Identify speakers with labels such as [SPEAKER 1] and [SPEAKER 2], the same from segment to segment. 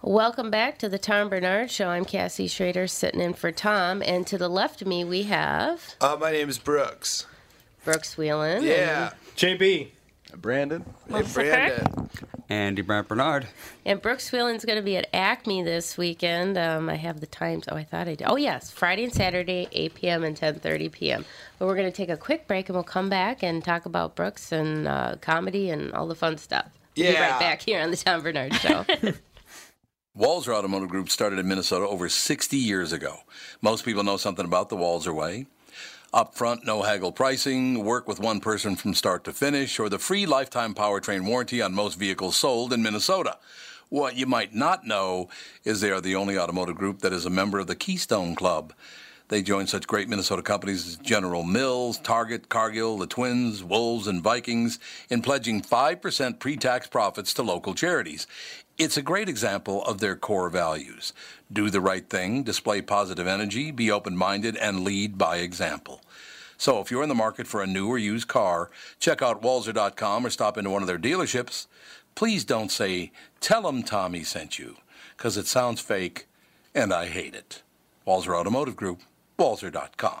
[SPEAKER 1] Welcome back to the Tom Bernard Show. I'm Cassie Schrader sitting in for Tom. And to the left of me, we have
[SPEAKER 2] Uh, my name is Brooks.
[SPEAKER 1] Brooks Wheelan.
[SPEAKER 2] Yeah.
[SPEAKER 3] JB.
[SPEAKER 4] Brandon.
[SPEAKER 2] Hey, Brandon.
[SPEAKER 5] Andy Brant Bernard.
[SPEAKER 1] And Brooks Wheelan's going to be at Acme this weekend. Um, I have the times. Oh, I thought I did. Oh, yes, Friday and Saturday, 8 p.m. and 10:30 p.m. But we're going to take a quick break, and we'll come back and talk about Brooks and uh, comedy and all the fun stuff. We'll be right
[SPEAKER 2] Yeah.
[SPEAKER 1] back here on the Tom Bernard Show.
[SPEAKER 6] Walzer Automotive Group started in Minnesota over 60 years ago. Most people know something about the Walzer way. Upfront, no haggle pricing, work with one person from start to finish, or the free lifetime powertrain warranty on most vehicles sold in Minnesota. What you might not know is they are the only automotive group that is a member of the Keystone Club. They join such great Minnesota companies as General Mills, Target, Cargill, the Twins, Wolves, and Vikings in pledging 5% pre tax profits to local charities. It's a great example of their core values do the right thing, display positive energy, be open minded, and lead by example. So if you're in the market for a new or used car, check out Walzer.com or stop into one of their dealerships. Please don't say, Tell 'em Tommy sent you, because it sounds fake and I hate it. Walzer Automotive Group, Walzer.com.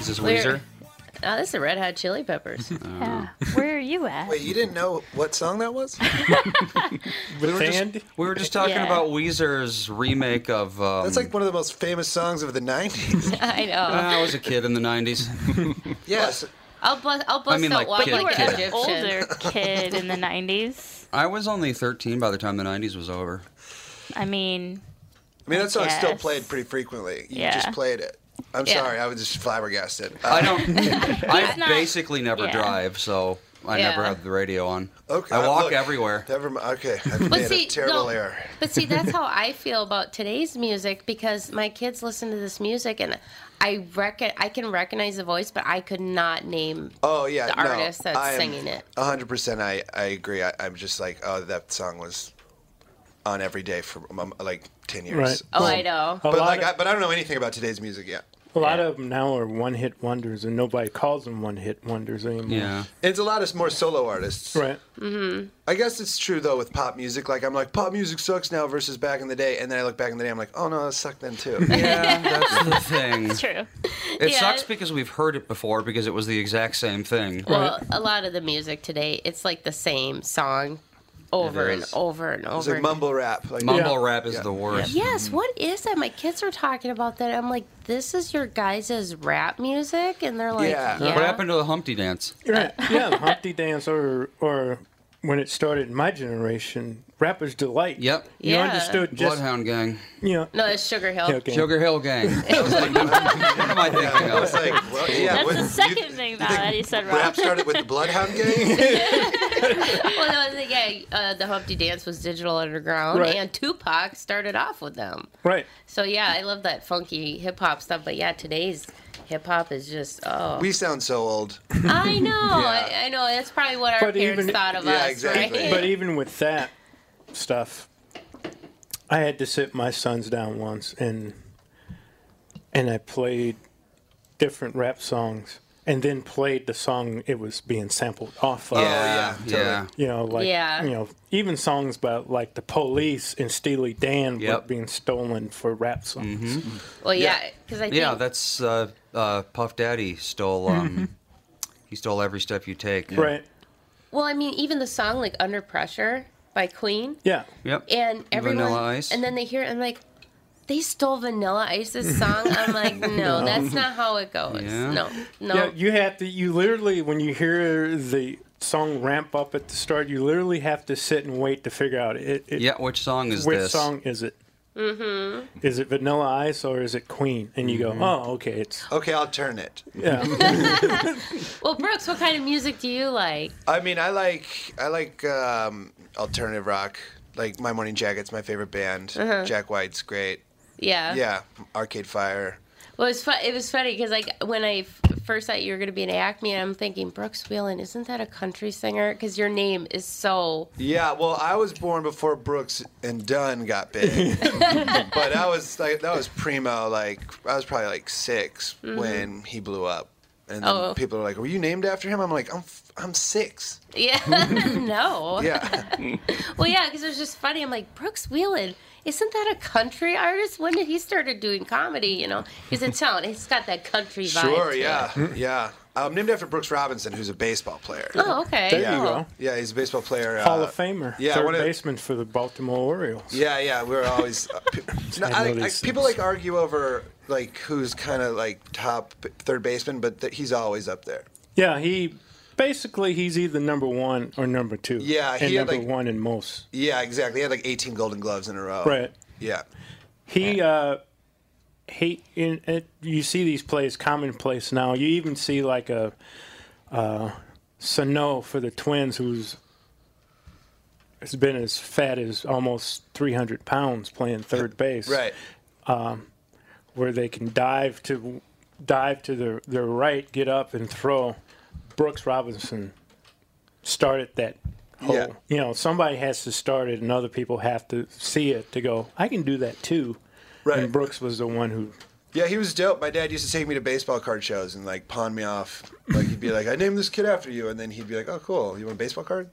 [SPEAKER 7] Is this
[SPEAKER 1] Where-
[SPEAKER 7] Weezer?
[SPEAKER 1] oh, this is Red Hot Chili Peppers.
[SPEAKER 8] Yeah. Where are you at?
[SPEAKER 2] Wait, you didn't know what song that was?
[SPEAKER 7] We were,
[SPEAKER 3] Fanned?
[SPEAKER 7] just, we were just talking
[SPEAKER 8] Yeah.
[SPEAKER 7] about Weezer's remake of. Um,
[SPEAKER 2] That's like one of the most famous songs of the 90s.
[SPEAKER 1] I know.
[SPEAKER 7] I was a kid in the '90s.
[SPEAKER 2] yes.
[SPEAKER 1] I'll bust. I'll bust
[SPEAKER 7] mean,
[SPEAKER 1] out
[SPEAKER 7] like,
[SPEAKER 1] one
[SPEAKER 7] kid-
[SPEAKER 8] you were
[SPEAKER 1] like
[SPEAKER 7] kid.
[SPEAKER 8] an
[SPEAKER 1] Egyptian.
[SPEAKER 8] older kid in the 90s.
[SPEAKER 7] I was only 13 by the time the '90s was over.
[SPEAKER 8] I mean,
[SPEAKER 2] I mean, that song's still
[SPEAKER 8] Yes.
[SPEAKER 2] played pretty frequently. You
[SPEAKER 8] Yeah.
[SPEAKER 2] just played it. I'm
[SPEAKER 1] Yeah.
[SPEAKER 2] sorry, I was just flabbergasted. Uh,
[SPEAKER 7] I don't. I
[SPEAKER 8] not-
[SPEAKER 7] basically never
[SPEAKER 8] yeah.
[SPEAKER 7] drive, so I never
[SPEAKER 1] Yeah.
[SPEAKER 7] have the radio on.
[SPEAKER 2] Okay, uh,
[SPEAKER 7] I walk
[SPEAKER 2] look.
[SPEAKER 7] everywhere.
[SPEAKER 2] Never mind. Okay, I've
[SPEAKER 1] But
[SPEAKER 2] made
[SPEAKER 1] see,
[SPEAKER 2] a terrible
[SPEAKER 1] no,
[SPEAKER 2] error.
[SPEAKER 1] But see, that's how I feel about today's music because my kids listen to this music and I reckon I can recognize the voice, but I could not name.
[SPEAKER 2] Oh yeah,
[SPEAKER 1] the
[SPEAKER 2] no,
[SPEAKER 1] artist that's
[SPEAKER 2] I am
[SPEAKER 1] singing it.
[SPEAKER 2] 100%. I, I agree. I, I'm just like, oh, that song was on every day for um, like 10 years.
[SPEAKER 9] Right.
[SPEAKER 1] Oh, I know.
[SPEAKER 9] A
[SPEAKER 2] But
[SPEAKER 9] lot
[SPEAKER 2] like,
[SPEAKER 9] of-
[SPEAKER 2] I, but I don't know anything about today's music yet.
[SPEAKER 9] A lot of them now are one-hit wonders, and nobody calls them one-hit wonders anymore.
[SPEAKER 7] Yeah.
[SPEAKER 2] It's a lot of more solo artists.
[SPEAKER 9] Right.
[SPEAKER 2] I guess it's true though with pop music. Like I'm like pop music sucks now versus back in the day, and then I look back in the day, I'm like, oh no, it sucked then too.
[SPEAKER 7] Yeah, that's the thing.
[SPEAKER 8] true.
[SPEAKER 7] It
[SPEAKER 1] Yeah.
[SPEAKER 7] sucks because we've heard it before because it was the exact same thing.
[SPEAKER 1] Well, a lot of the music today, it's like the same song over
[SPEAKER 7] It
[SPEAKER 1] and
[SPEAKER 7] is.
[SPEAKER 1] over and
[SPEAKER 2] It's
[SPEAKER 1] over.
[SPEAKER 2] like
[SPEAKER 1] and-
[SPEAKER 2] mumble rap. Like
[SPEAKER 7] Mumble
[SPEAKER 9] Yeah.
[SPEAKER 7] rap is the worst.
[SPEAKER 1] Yes, what is that? My kids are talking about that. I'm like, this is your guys' rap music, and they're like,
[SPEAKER 2] Yeah.
[SPEAKER 1] yeah.
[SPEAKER 7] What happened to the Humpty Dance?
[SPEAKER 9] Right. Yeah. Humpty Dance, or or when it started in my generation, Rapper's Delight.
[SPEAKER 7] Yep.
[SPEAKER 9] You
[SPEAKER 1] Yeah.
[SPEAKER 9] understood just
[SPEAKER 7] Bloodhound Gang,
[SPEAKER 9] you know.
[SPEAKER 1] No, it's Sugar Hill.
[SPEAKER 9] Okay.
[SPEAKER 7] Sugar Hill Gang. I was like, what am I thinking
[SPEAKER 2] I was
[SPEAKER 7] of?
[SPEAKER 2] like, well, yeah.
[SPEAKER 8] That's
[SPEAKER 2] what-
[SPEAKER 8] the
[SPEAKER 2] you-
[SPEAKER 8] second
[SPEAKER 2] you
[SPEAKER 8] thing
[SPEAKER 2] think
[SPEAKER 8] now that you said, Rob.
[SPEAKER 2] Rap started with the Bloodhound Gang.
[SPEAKER 1] Well, no, the, yeah, uh, the Humpty Dance was Digital Underground,
[SPEAKER 9] Right.
[SPEAKER 1] and Tupac started off with them.
[SPEAKER 9] Right.
[SPEAKER 1] So yeah, I love that funky hip hop stuff. But yeah, today's Hip hop is just oh.
[SPEAKER 2] We sound so old.
[SPEAKER 1] I know, I, I know. That's probably what our
[SPEAKER 9] But
[SPEAKER 1] parents
[SPEAKER 9] even-
[SPEAKER 1] thought of
[SPEAKER 2] yeah,
[SPEAKER 1] us,
[SPEAKER 2] exactly.
[SPEAKER 1] right?
[SPEAKER 9] But e- even with that stuff, I had to sit my sons down once and and I played different rap songs and then played the song it was being sampled off of.
[SPEAKER 7] yeah, yeah.
[SPEAKER 9] You know, like
[SPEAKER 1] Yeah.
[SPEAKER 9] you know, even songs about like the police and Steely Dan were
[SPEAKER 7] Yep.
[SPEAKER 9] being stolen for rap songs.
[SPEAKER 1] well, yeah, because I think
[SPEAKER 7] Yeah, that's uh, uh, Puff Daddy stole.
[SPEAKER 1] Mm-hmm.
[SPEAKER 7] Um, he stole every step you take.
[SPEAKER 9] Right.
[SPEAKER 1] well, I mean, even the song like "Under Pressure" by Queen,
[SPEAKER 9] Yeah.
[SPEAKER 7] Yep.
[SPEAKER 1] and everyone,
[SPEAKER 7] Vanilla Ice.
[SPEAKER 1] and then they hear it, and like, they stole Vanilla Ice's song. I'm like, no, that's not how it goes.
[SPEAKER 7] Yeah.
[SPEAKER 1] No, no.
[SPEAKER 9] Yeah, you have to. You literally, when you hear the song ramp up at the start, you literally have to sit and wait to figure out it. it
[SPEAKER 7] yeah. Which song is
[SPEAKER 9] which
[SPEAKER 7] this?
[SPEAKER 9] song is it? Mm-hmm. Is it Vanilla Ice or is it Queen? And you
[SPEAKER 7] Mm-hmm.
[SPEAKER 9] go, oh, okay, it's
[SPEAKER 2] Okay, I'll turn it.
[SPEAKER 9] yeah.
[SPEAKER 1] Well, Brooks, what kind of music do you like?
[SPEAKER 2] I mean, I like I like um, alternative rock. Like My Morning Jacket's my favorite band. Jack White's great.
[SPEAKER 1] Yeah.
[SPEAKER 2] Yeah, Arcade Fire.
[SPEAKER 1] Well, it was, fu- it was funny because, like, when I f- first thought you were going to be an Acme, and I'm thinking, Brooks Wheelan, isn't that a country singer? Because your name is so.
[SPEAKER 2] Yeah, well, I was born before Brooks and Dunn got big, but I was like that was primo. Like I was probably like 6
[SPEAKER 9] Mm-hmm.
[SPEAKER 2] when he blew up, and then
[SPEAKER 1] Oh.
[SPEAKER 2] people are like, "Were you named after him?" I'm like, "I'm f- I'm six.
[SPEAKER 1] Yeah. no.
[SPEAKER 2] Yeah,
[SPEAKER 1] Well, yeah, because it was just funny. I'm like, Brooks Wheelan, isn't that a country artist? When did he started doing comedy? You know, he's in town. He's got that country vibe.
[SPEAKER 2] sure,
[SPEAKER 1] to it.
[SPEAKER 2] yeah, yeah. I'm named after Brooks Robinson, who's a baseball player.
[SPEAKER 1] Oh, okay.
[SPEAKER 9] There
[SPEAKER 2] yeah.
[SPEAKER 9] you go.
[SPEAKER 2] Yeah, he's a baseball player.
[SPEAKER 9] Hall
[SPEAKER 2] uh,
[SPEAKER 9] of Famer,
[SPEAKER 2] yeah,
[SPEAKER 9] third
[SPEAKER 2] one of-
[SPEAKER 9] baseman for the Baltimore Orioles.
[SPEAKER 2] Yeah, yeah, we're always. Uh, pe- no,
[SPEAKER 9] I
[SPEAKER 2] I,
[SPEAKER 9] know
[SPEAKER 2] I,
[SPEAKER 9] these
[SPEAKER 2] people
[SPEAKER 9] things.
[SPEAKER 2] like argue over like who's kind of like top b- third baseman, but th- he's always up there.
[SPEAKER 9] Yeah, he basically he's either number one or number two.
[SPEAKER 2] Yeah,
[SPEAKER 9] and
[SPEAKER 2] he had,
[SPEAKER 9] number
[SPEAKER 2] like-
[SPEAKER 9] one in most.
[SPEAKER 2] Yeah, exactly. He had like 18 Golden Gloves in a row.
[SPEAKER 9] Right.
[SPEAKER 2] Yeah.
[SPEAKER 9] He uh he in it, you see these plays commonplace now. You even see like a uh Sano for the Twins who's has been as fat as almost 300 pounds playing third base.
[SPEAKER 2] Right.
[SPEAKER 9] Where they can dive to dive to their their right, get up and throw. Brooks Robinson started that hole.
[SPEAKER 2] Yeah.
[SPEAKER 9] You know, somebody has to start it and other people have to see it to go, I can do that too.
[SPEAKER 2] Right.
[SPEAKER 9] And Brooks was the one who.
[SPEAKER 2] Yeah, he was dope. My dad used to take me to baseball card shows and like pawn me off. Like he'd be like, "I named this kid after you," and then he'd be like, "Oh, cool. You want a baseball card?"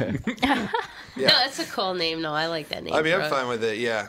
[SPEAKER 1] No, that's a cool name. No, I like that name.
[SPEAKER 2] I mean, I'm
[SPEAKER 1] Brooks.
[SPEAKER 2] fine with it. Yeah.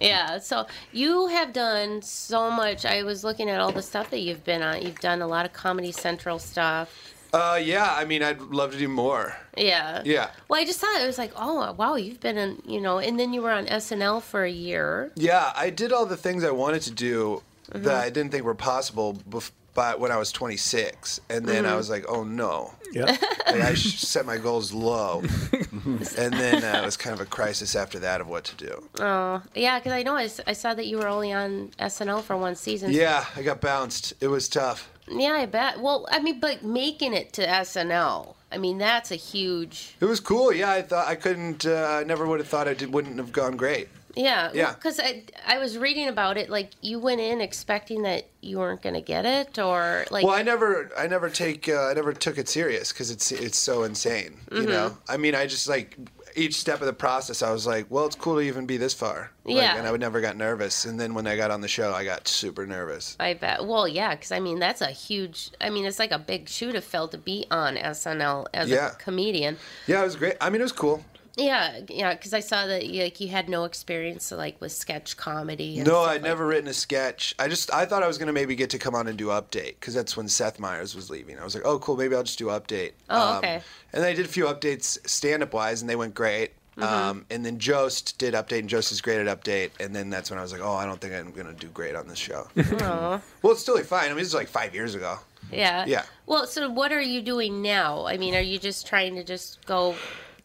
[SPEAKER 1] Yeah. So you have done so much. I was looking at all the stuff that you've been on. You've done a lot of Comedy Central stuff.
[SPEAKER 2] Uh, yeah. I mean, I'd love to do more.
[SPEAKER 1] Yeah.
[SPEAKER 2] Yeah.
[SPEAKER 1] Well, I just thought it was like, oh wow, you've been in, you know, and then you were on SNL for a year.
[SPEAKER 2] Yeah, I did all the things I wanted to do that I didn't think were possible, bef- but when I was 26, and then I was like, "Oh no."
[SPEAKER 9] Yeah.
[SPEAKER 2] Like, I sh- set my goals low, and then uh, it was kind of a crisis after that of what to do.
[SPEAKER 1] Yeah, because I know I, s- I saw that you were only on SNL for one season.
[SPEAKER 2] Yeah, I got bounced. It was tough.
[SPEAKER 1] Yeah, I bet. Well, I mean, but making it to SNL, I mean, that's a huge.
[SPEAKER 2] It was cool. Yeah, I thought I couldn't. Uh, I never would have thought it did, wouldn't have gone great.
[SPEAKER 1] Yeah.
[SPEAKER 2] Yeah.
[SPEAKER 1] Because I, I was reading about it, like you went in expecting that you weren't going to get it, or like.
[SPEAKER 2] Well, I never, I never take, uh, I never took it serious because it's, it's so insane. You know, I mean, I just like each step of the process, I was like, well, it's cool to even be this far. Like,
[SPEAKER 1] Yeah.
[SPEAKER 2] And I would never got nervous, and then when I got on the show, I got super nervous.
[SPEAKER 1] I bet. Well, yeah, because I mean that's a huge. I mean it's like a big shoe to fill to be on SNL as
[SPEAKER 2] Yeah.
[SPEAKER 1] a comedian.
[SPEAKER 2] Yeah, it was great. I mean, it was cool.
[SPEAKER 1] Yeah, yeah, because I saw that you, like you had no experience like with sketch comedy. and
[SPEAKER 2] No,
[SPEAKER 1] stuff
[SPEAKER 2] I'd
[SPEAKER 1] like-
[SPEAKER 2] never written a sketch. I just I thought I was gonna maybe get to come on and do update because that's when Seth Meyers was leaving. I was like, oh cool, maybe I'll just do update. Um,
[SPEAKER 1] Oh, okay.
[SPEAKER 2] And then I did a few updates stand up wise, and they went great.
[SPEAKER 1] Mm-hmm.
[SPEAKER 2] Um, and then Jost did update, and Jost is great at update. And then that's when I was like, oh, I don't think I'm gonna do great on this show.
[SPEAKER 1] Aw.
[SPEAKER 2] well, it's still like, fine. I mean, this is like five years ago.
[SPEAKER 1] Yeah.
[SPEAKER 2] Yeah.
[SPEAKER 1] Well, so what are you doing now? I mean, are you just trying to just go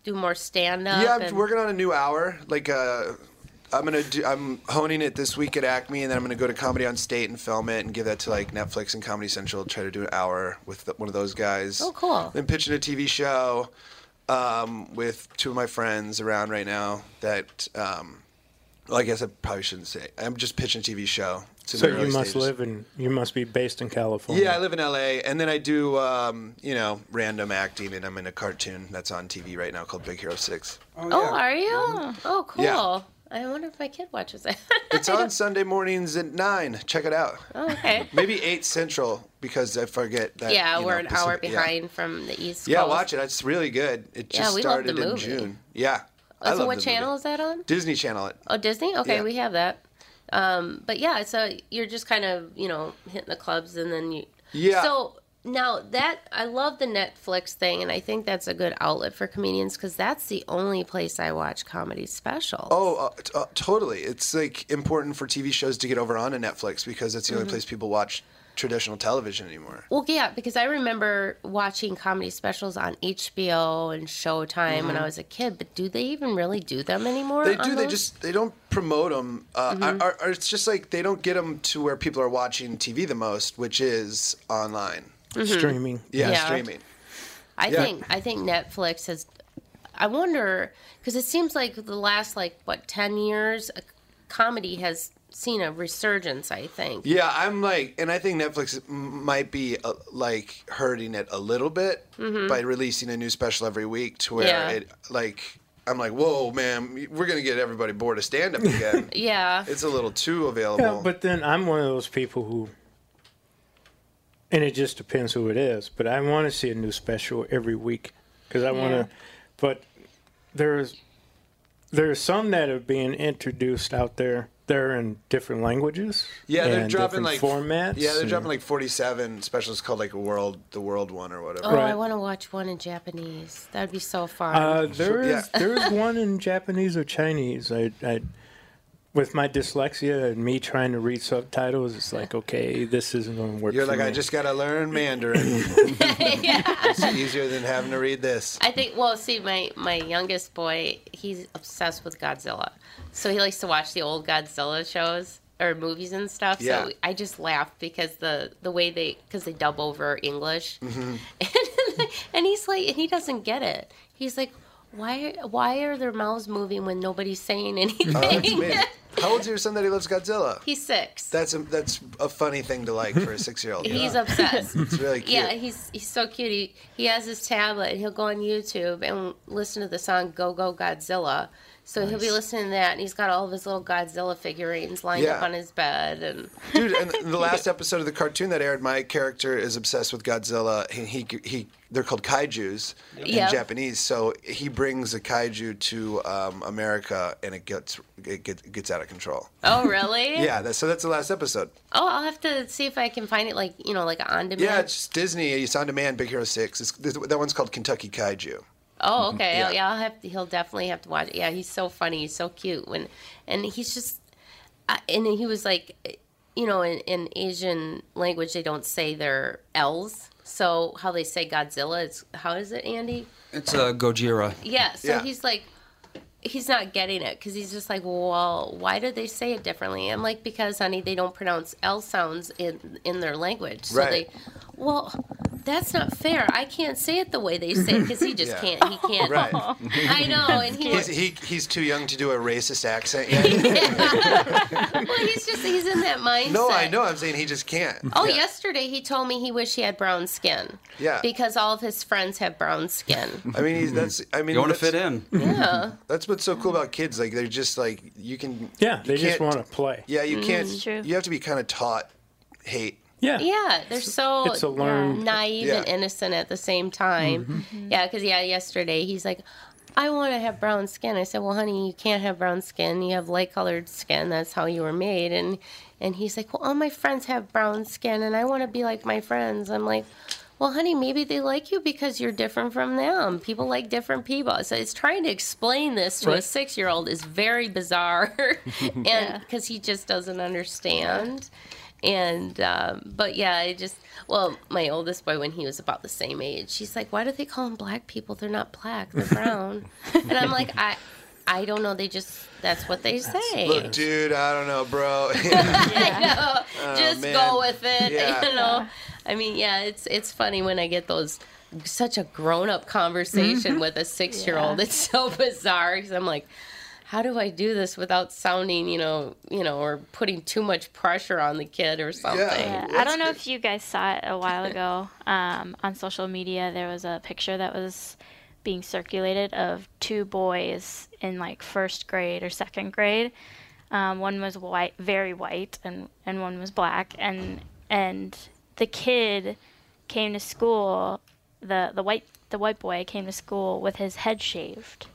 [SPEAKER 1] do more stand up?
[SPEAKER 2] Yeah, I'm working on a new hour. Like, uh, I'm gonna do. I'm honing it this week at Acme, and then I'm gonna go to Comedy on State and film it, and give that to like Netflix and Comedy Central. Try to do an hour with the, one of those guys.
[SPEAKER 1] Oh, cool.
[SPEAKER 2] Then pitching a TV show um, with two of my friends around right now that um, well, I guess I probably shouldn't say. I'm just pitching a TV show. It's in
[SPEAKER 9] So
[SPEAKER 2] the early
[SPEAKER 9] you must
[SPEAKER 2] stages.
[SPEAKER 9] live in you must be based in California.
[SPEAKER 2] Yeah, I live in LA, and then I do, um, you know, random acting, and I'm in a cartoon that's on TV right now called Big Hero Six.
[SPEAKER 1] Oh, are you? Oh, cool.
[SPEAKER 2] Mm-hmm. Yeah.
[SPEAKER 1] I wonder if my kid watches it.
[SPEAKER 2] It's on Sunday mornings at nine. Check it out.
[SPEAKER 1] oh, okay.
[SPEAKER 2] Maybe eight central because I forget that.
[SPEAKER 1] Yeah,
[SPEAKER 2] you know,
[SPEAKER 1] we're an hour
[SPEAKER 2] Pacific- yeah.
[SPEAKER 1] behind from the East Coast.
[SPEAKER 2] Yeah, watch it. It's really good. It
[SPEAKER 1] Yeah,
[SPEAKER 2] just
[SPEAKER 1] we love the
[SPEAKER 2] started in
[SPEAKER 1] movie.
[SPEAKER 2] June. Yeah.
[SPEAKER 1] Oh,
[SPEAKER 2] I
[SPEAKER 1] so
[SPEAKER 2] love
[SPEAKER 1] what
[SPEAKER 2] the
[SPEAKER 1] channel
[SPEAKER 2] movie.
[SPEAKER 1] is that on?
[SPEAKER 2] Disney Channel. It.
[SPEAKER 1] Oh, Disney. Okay,
[SPEAKER 2] Yeah.
[SPEAKER 1] we have that. Um, but yeah, so you're just kind of you know hitting the clubs, and then you.
[SPEAKER 2] Yeah.
[SPEAKER 1] So now that I love the Netflix thing, and I think that's a good outlet for comedians because that's the only place I watch comedy specials.
[SPEAKER 2] Oh, uh, t- uh, totally. It's like important for TV shows to get over onto Netflix because that's the
[SPEAKER 1] Mm-hmm.
[SPEAKER 2] only place people watch traditional television anymore.
[SPEAKER 1] Well, yeah, because I remember watching comedy specials on HBO and Showtime when I was a kid. But do they even really do them anymore?
[SPEAKER 2] Mm-hmm. They
[SPEAKER 1] on
[SPEAKER 2] do. They
[SPEAKER 1] those? Mm-hmm.
[SPEAKER 2] just they don't promote them. Uh, or, or it's just like they don't get them to where people are watching TV the most, which is online.
[SPEAKER 9] Streaming.
[SPEAKER 2] Mm-hmm. Yeah,
[SPEAKER 1] Yeah.
[SPEAKER 2] streaming.
[SPEAKER 1] I
[SPEAKER 2] Yeah.
[SPEAKER 1] think I think Netflix has. I wonder because it seems like the last like what ten years, uh, comedy has seen a resurgence. I think.
[SPEAKER 2] Yeah, I'm like, and I think Netflix m- might be uh, like hurting it a little bit by releasing a new special every week to where
[SPEAKER 1] Mm-hmm. Yeah.
[SPEAKER 2] it like I'm like, whoa, man, we're gonna get everybody bored of stand up again.
[SPEAKER 1] Yeah.
[SPEAKER 2] It's a little too available.
[SPEAKER 9] Yeah, but then I'm one of those people who, and it just depends who it is, but I want to see a new special every week because I want
[SPEAKER 8] Yeah.
[SPEAKER 9] to. But there's there's some that are being introduced out there. They're in different languages.
[SPEAKER 2] yeah, they're
[SPEAKER 9] and
[SPEAKER 2] dropping like
[SPEAKER 9] different formats.
[SPEAKER 2] Yeah, they're
[SPEAKER 9] and-
[SPEAKER 2] dropping like 47 specials called like World, the World One or whatever.
[SPEAKER 1] Oh, I
[SPEAKER 9] Right.
[SPEAKER 1] want to watch one in Japanese. That'd be so fun.
[SPEAKER 9] Uh, there is
[SPEAKER 2] Yeah.
[SPEAKER 9] there is one in Japanese or Chinese. I, I with my dyslexia and me trying to read subtitles, it's like okay, this isn't going to work.
[SPEAKER 2] You're
[SPEAKER 9] for
[SPEAKER 2] like, I
[SPEAKER 9] me."
[SPEAKER 2] just gotta learn Mandarin. It's easier than having to read this.
[SPEAKER 1] I think. Well, see, my my youngest boy, he's obsessed with Godzilla, so he likes to watch the old Godzilla shows or movies and stuff.
[SPEAKER 2] Yeah.
[SPEAKER 1] So I just laugh because the the way they because they dub over English,
[SPEAKER 2] Mm-hmm.
[SPEAKER 1] and, and he's like, and he doesn't get it. He's like. Why, why are their mouths moving when nobody's saying anything?
[SPEAKER 2] Oh, that's amazing. How old's your son that he loves Godzilla?
[SPEAKER 1] he's six.
[SPEAKER 2] That's a that's a funny thing to like for a six year old.
[SPEAKER 1] He's obsessed.
[SPEAKER 2] It's really cute.
[SPEAKER 1] Yeah, he's he's so cute. He he has his tablet. and He'll go on YouTube and listen to the song "Go Go Godzilla." So he'll be listening to that, and he's got all of his little Godzilla figurines lined up
[SPEAKER 2] Yeah.
[SPEAKER 1] on his bed, and
[SPEAKER 2] dude. And the last episode of the cartoon that aired, my character is obsessed with Godzilla. He he, he they're called kaiju's
[SPEAKER 1] Yeah.
[SPEAKER 2] in Japanese. So he brings a kaiju to um, America, and it gets it gets, gets out of control.
[SPEAKER 1] oh really?
[SPEAKER 2] Yeah, that's, so that's the last episode.
[SPEAKER 1] Oh, I'll have to see if I can find it, like you know, like on demand.
[SPEAKER 2] Yeah, it's Disney. It's on demand. Big Hero Six. It's, that one's called Kentucky Kaiju.
[SPEAKER 1] Oh, okay.
[SPEAKER 2] Mm-hmm. Yeah.
[SPEAKER 1] Oh, yeah. I'll have to, he'll definitely have to watch it. Yeah, he's so funny. He's so cute. When and he's just, I, and he was like, you know, in, in Asian language they don't say their L's. So how they say Godzilla is how is it, Andy?
[SPEAKER 7] It's uh, Gojira.
[SPEAKER 1] Yeah. So
[SPEAKER 2] Yeah.
[SPEAKER 1] he's like, he's not getting it because he's just like, well, why do they say it differently? I'm like, because honey, they don't pronounce L sounds in in their language. So
[SPEAKER 2] Right.
[SPEAKER 1] they, well, that's not fair. I can't say it the way they say it because he just
[SPEAKER 2] Yeah.
[SPEAKER 1] can't. He can't.
[SPEAKER 2] Right.
[SPEAKER 1] I know, and he,
[SPEAKER 2] He's, he, he's too young to do a racist accent. yet.
[SPEAKER 1] well, he's just he's in that mindset.
[SPEAKER 2] no, I know. I'm saying he just can't.
[SPEAKER 1] Oh, yesterday he told me he wished he had brown skin.
[SPEAKER 2] Yeah.
[SPEAKER 1] Because all of his friends have brown skin.
[SPEAKER 2] I mean, he's, that's. I mean,
[SPEAKER 7] Mm-hmm. You want to
[SPEAKER 2] that's-
[SPEAKER 7] fit in?
[SPEAKER 1] yeah.
[SPEAKER 2] That's what's so cool about kids. Like they're just like you can.
[SPEAKER 9] yeah, they
[SPEAKER 2] you
[SPEAKER 9] just
[SPEAKER 2] can't-
[SPEAKER 9] want to play.
[SPEAKER 2] Yeah, you can't.
[SPEAKER 8] true.
[SPEAKER 2] You have to be kind of taught hate.
[SPEAKER 9] Yeah,
[SPEAKER 1] Yeah. They're so
[SPEAKER 9] It's a learned Mm-hmm.
[SPEAKER 1] naive and
[SPEAKER 2] Yeah.
[SPEAKER 1] innocent at the same time. Mm-hmm. Yeah, because yeah, yesterday he's like, I want to have brown skin. I said, Well, honey, you can't have brown skin. You have light colored skin. That's how you were made. And and he's like, Well, all my friends have brown skin, and I want to be like my friends. I'm like. Well, honey, maybe they like you because you're different from them. People like different people. So it's trying to explain this to a
[SPEAKER 9] Right.
[SPEAKER 1] six year old is very bizarre, and because he just doesn't understand and um, but yeah, I just well, my oldest boy when he was about the same age, she's like, "Why do they call them black people? They're not black, they're brown." and I'm like, "I, I don't know. They just that's what they say.
[SPEAKER 2] Look, dude, I don't know, bro.
[SPEAKER 1] I know.
[SPEAKER 8] Oh,
[SPEAKER 1] just
[SPEAKER 2] man.
[SPEAKER 1] go with it.
[SPEAKER 2] Yeah.
[SPEAKER 1] You know. I mean, yeah, it's it's funny when I get those."
[SPEAKER 8] Mm-hmm.
[SPEAKER 1] Such a grown-up conversation with a six-year-old. It's so bizarre because I'm like, how do I do this without sounding, you know, you know, or putting too much pressure on the kid or something?
[SPEAKER 8] Yeah, I
[SPEAKER 2] that's
[SPEAKER 8] don't know
[SPEAKER 2] good.
[SPEAKER 8] if you guys saw it a while ago um, on social media. There was a picture that was being circulated of two boys in like first grade or second grade. Um, one was white, very white, and and one was black. And and the kid came to school. the the white The white boy came to school with his head shaved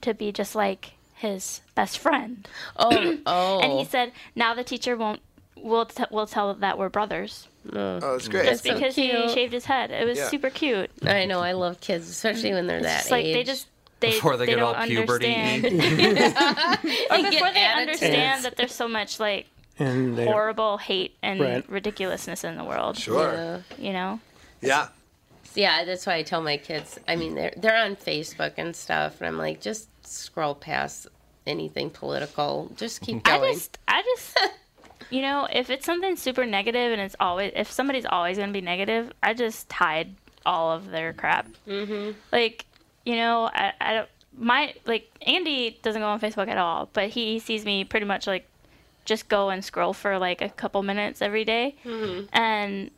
[SPEAKER 8] to be just like his best friend.
[SPEAKER 1] Oh, oh.
[SPEAKER 8] And he said, now the teacher won't will t- will tell that we're brothers
[SPEAKER 2] Oh, that's great.
[SPEAKER 8] just
[SPEAKER 1] so
[SPEAKER 8] because
[SPEAKER 1] cute.
[SPEAKER 8] he shaved his head. It was
[SPEAKER 2] Yeah.
[SPEAKER 8] super cute. It's
[SPEAKER 1] I know. I love kids, especially when they're that
[SPEAKER 8] just like
[SPEAKER 1] age.
[SPEAKER 8] they just they
[SPEAKER 7] Before they get
[SPEAKER 8] don't
[SPEAKER 7] all puberty.
[SPEAKER 8] understand.
[SPEAKER 1] They
[SPEAKER 8] Before
[SPEAKER 1] get
[SPEAKER 8] they
[SPEAKER 1] attitudes.
[SPEAKER 8] understand that there's so much like
[SPEAKER 9] and they
[SPEAKER 8] horrible hate and
[SPEAKER 9] Right.
[SPEAKER 8] ridiculousness in the world.
[SPEAKER 2] Sure.
[SPEAKER 1] Yeah.
[SPEAKER 8] You know.
[SPEAKER 2] Yeah.
[SPEAKER 1] Yeah, that's why I tell my kids. I mean, they're they're on Facebook and stuff, and I'm like, just scroll past anything political. Just keep going.
[SPEAKER 8] I just, I just, you know, if it's something super negative and it's always, if somebody's always going to be negative, I just hide all of their crap. Mm-hmm. Like, you know, I, I don't, my, like, Andy doesn't go on Facebook at all, but he sees me pretty much like just go and scroll for like a couple minutes every day. And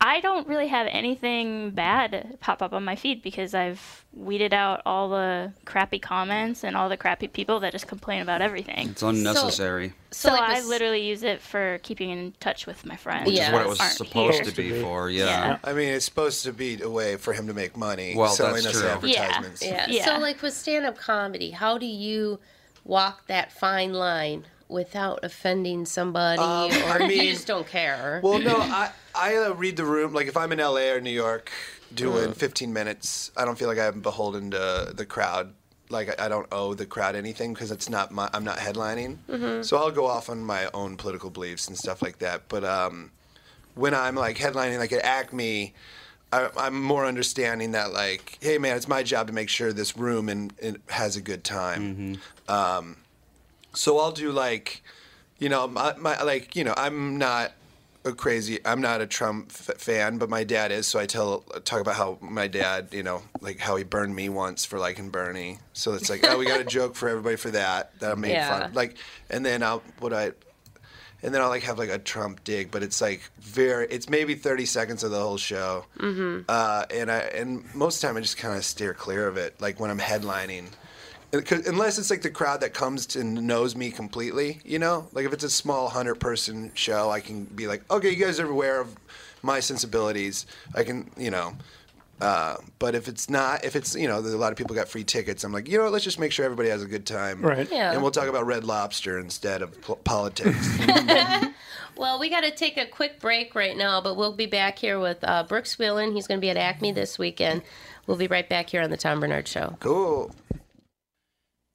[SPEAKER 8] I don't really have anything bad pop up on my feed because I've weeded out all the crappy comments and all the crappy people that just complain about everything.
[SPEAKER 7] It's unnecessary.
[SPEAKER 1] so
[SPEAKER 8] So
[SPEAKER 1] like
[SPEAKER 8] I
[SPEAKER 1] this-
[SPEAKER 8] literally use it for keeping in touch with my friends.
[SPEAKER 1] Which is
[SPEAKER 7] That's
[SPEAKER 1] Yeah.
[SPEAKER 7] what it was
[SPEAKER 8] aren't
[SPEAKER 7] supposed
[SPEAKER 8] here.
[SPEAKER 7] to be for. Yeah.
[SPEAKER 8] Yeah.
[SPEAKER 2] I mean, it's supposed to be a way for him to make money
[SPEAKER 7] Well,
[SPEAKER 2] selling
[SPEAKER 7] that's
[SPEAKER 2] us
[SPEAKER 7] true.
[SPEAKER 8] Yeah.
[SPEAKER 2] advertisements.
[SPEAKER 1] Yeah.
[SPEAKER 8] Yeah.
[SPEAKER 1] So, like with stand up comedy, how do you walk that fine line without offending somebody or
[SPEAKER 2] Um, I mean-
[SPEAKER 1] you just don't care?
[SPEAKER 2] Well, no, I I uh, read the room. Like if I'm in LA or New York doing 15 minutes, I don't feel like I'm beholden to the crowd. Like I I don't owe the crowd anything because it's not my I'm not headlining. So I'll go off on my own political beliefs and stuff like that. But um, when I'm like headlining, like at Acme. I, I'm more understanding that, like, hey, man, it's my job to make sure this room and it has a good time. So I'll do like, you know, my, my like, you know, I'm not a crazy, I'm not a Trump f- fan, but my dad is. So I tell talk about how my dad, you know, like how he burned me once for liking Bernie. So it's like, oh, we got a joke for everybody for that that I made
[SPEAKER 1] Yeah.
[SPEAKER 2] fun. Like, and then I'll what I. And then I'll like have like a Trump dig, but it's like very, it's maybe 30 seconds of the whole show. Mm-hmm. Uh, and I, and most of the time I just kind of steer clear of it. Like when I'm headlining, and- 'cause- unless it's like the crowd that comes to and knows me completely, you know. Like if it's a small hundred person show, I can be like, okay, you guys are aware of my sensibilities. I can, you know. Uh, but if it's not, if it's you know, there's a lot of people got free tickets. I'm like, you know, what, let's just make sure everybody has a good time,
[SPEAKER 9] Right.
[SPEAKER 1] Yeah.
[SPEAKER 2] And we'll talk about Red Lobster instead of pol- politics.
[SPEAKER 1] Well, we got to take a quick break right now, but we'll be back here with uh, Brooks Wheelan. He's going to be at Acme this weekend. We'll be right back here on the Tom Bernard Show.
[SPEAKER 2] cool.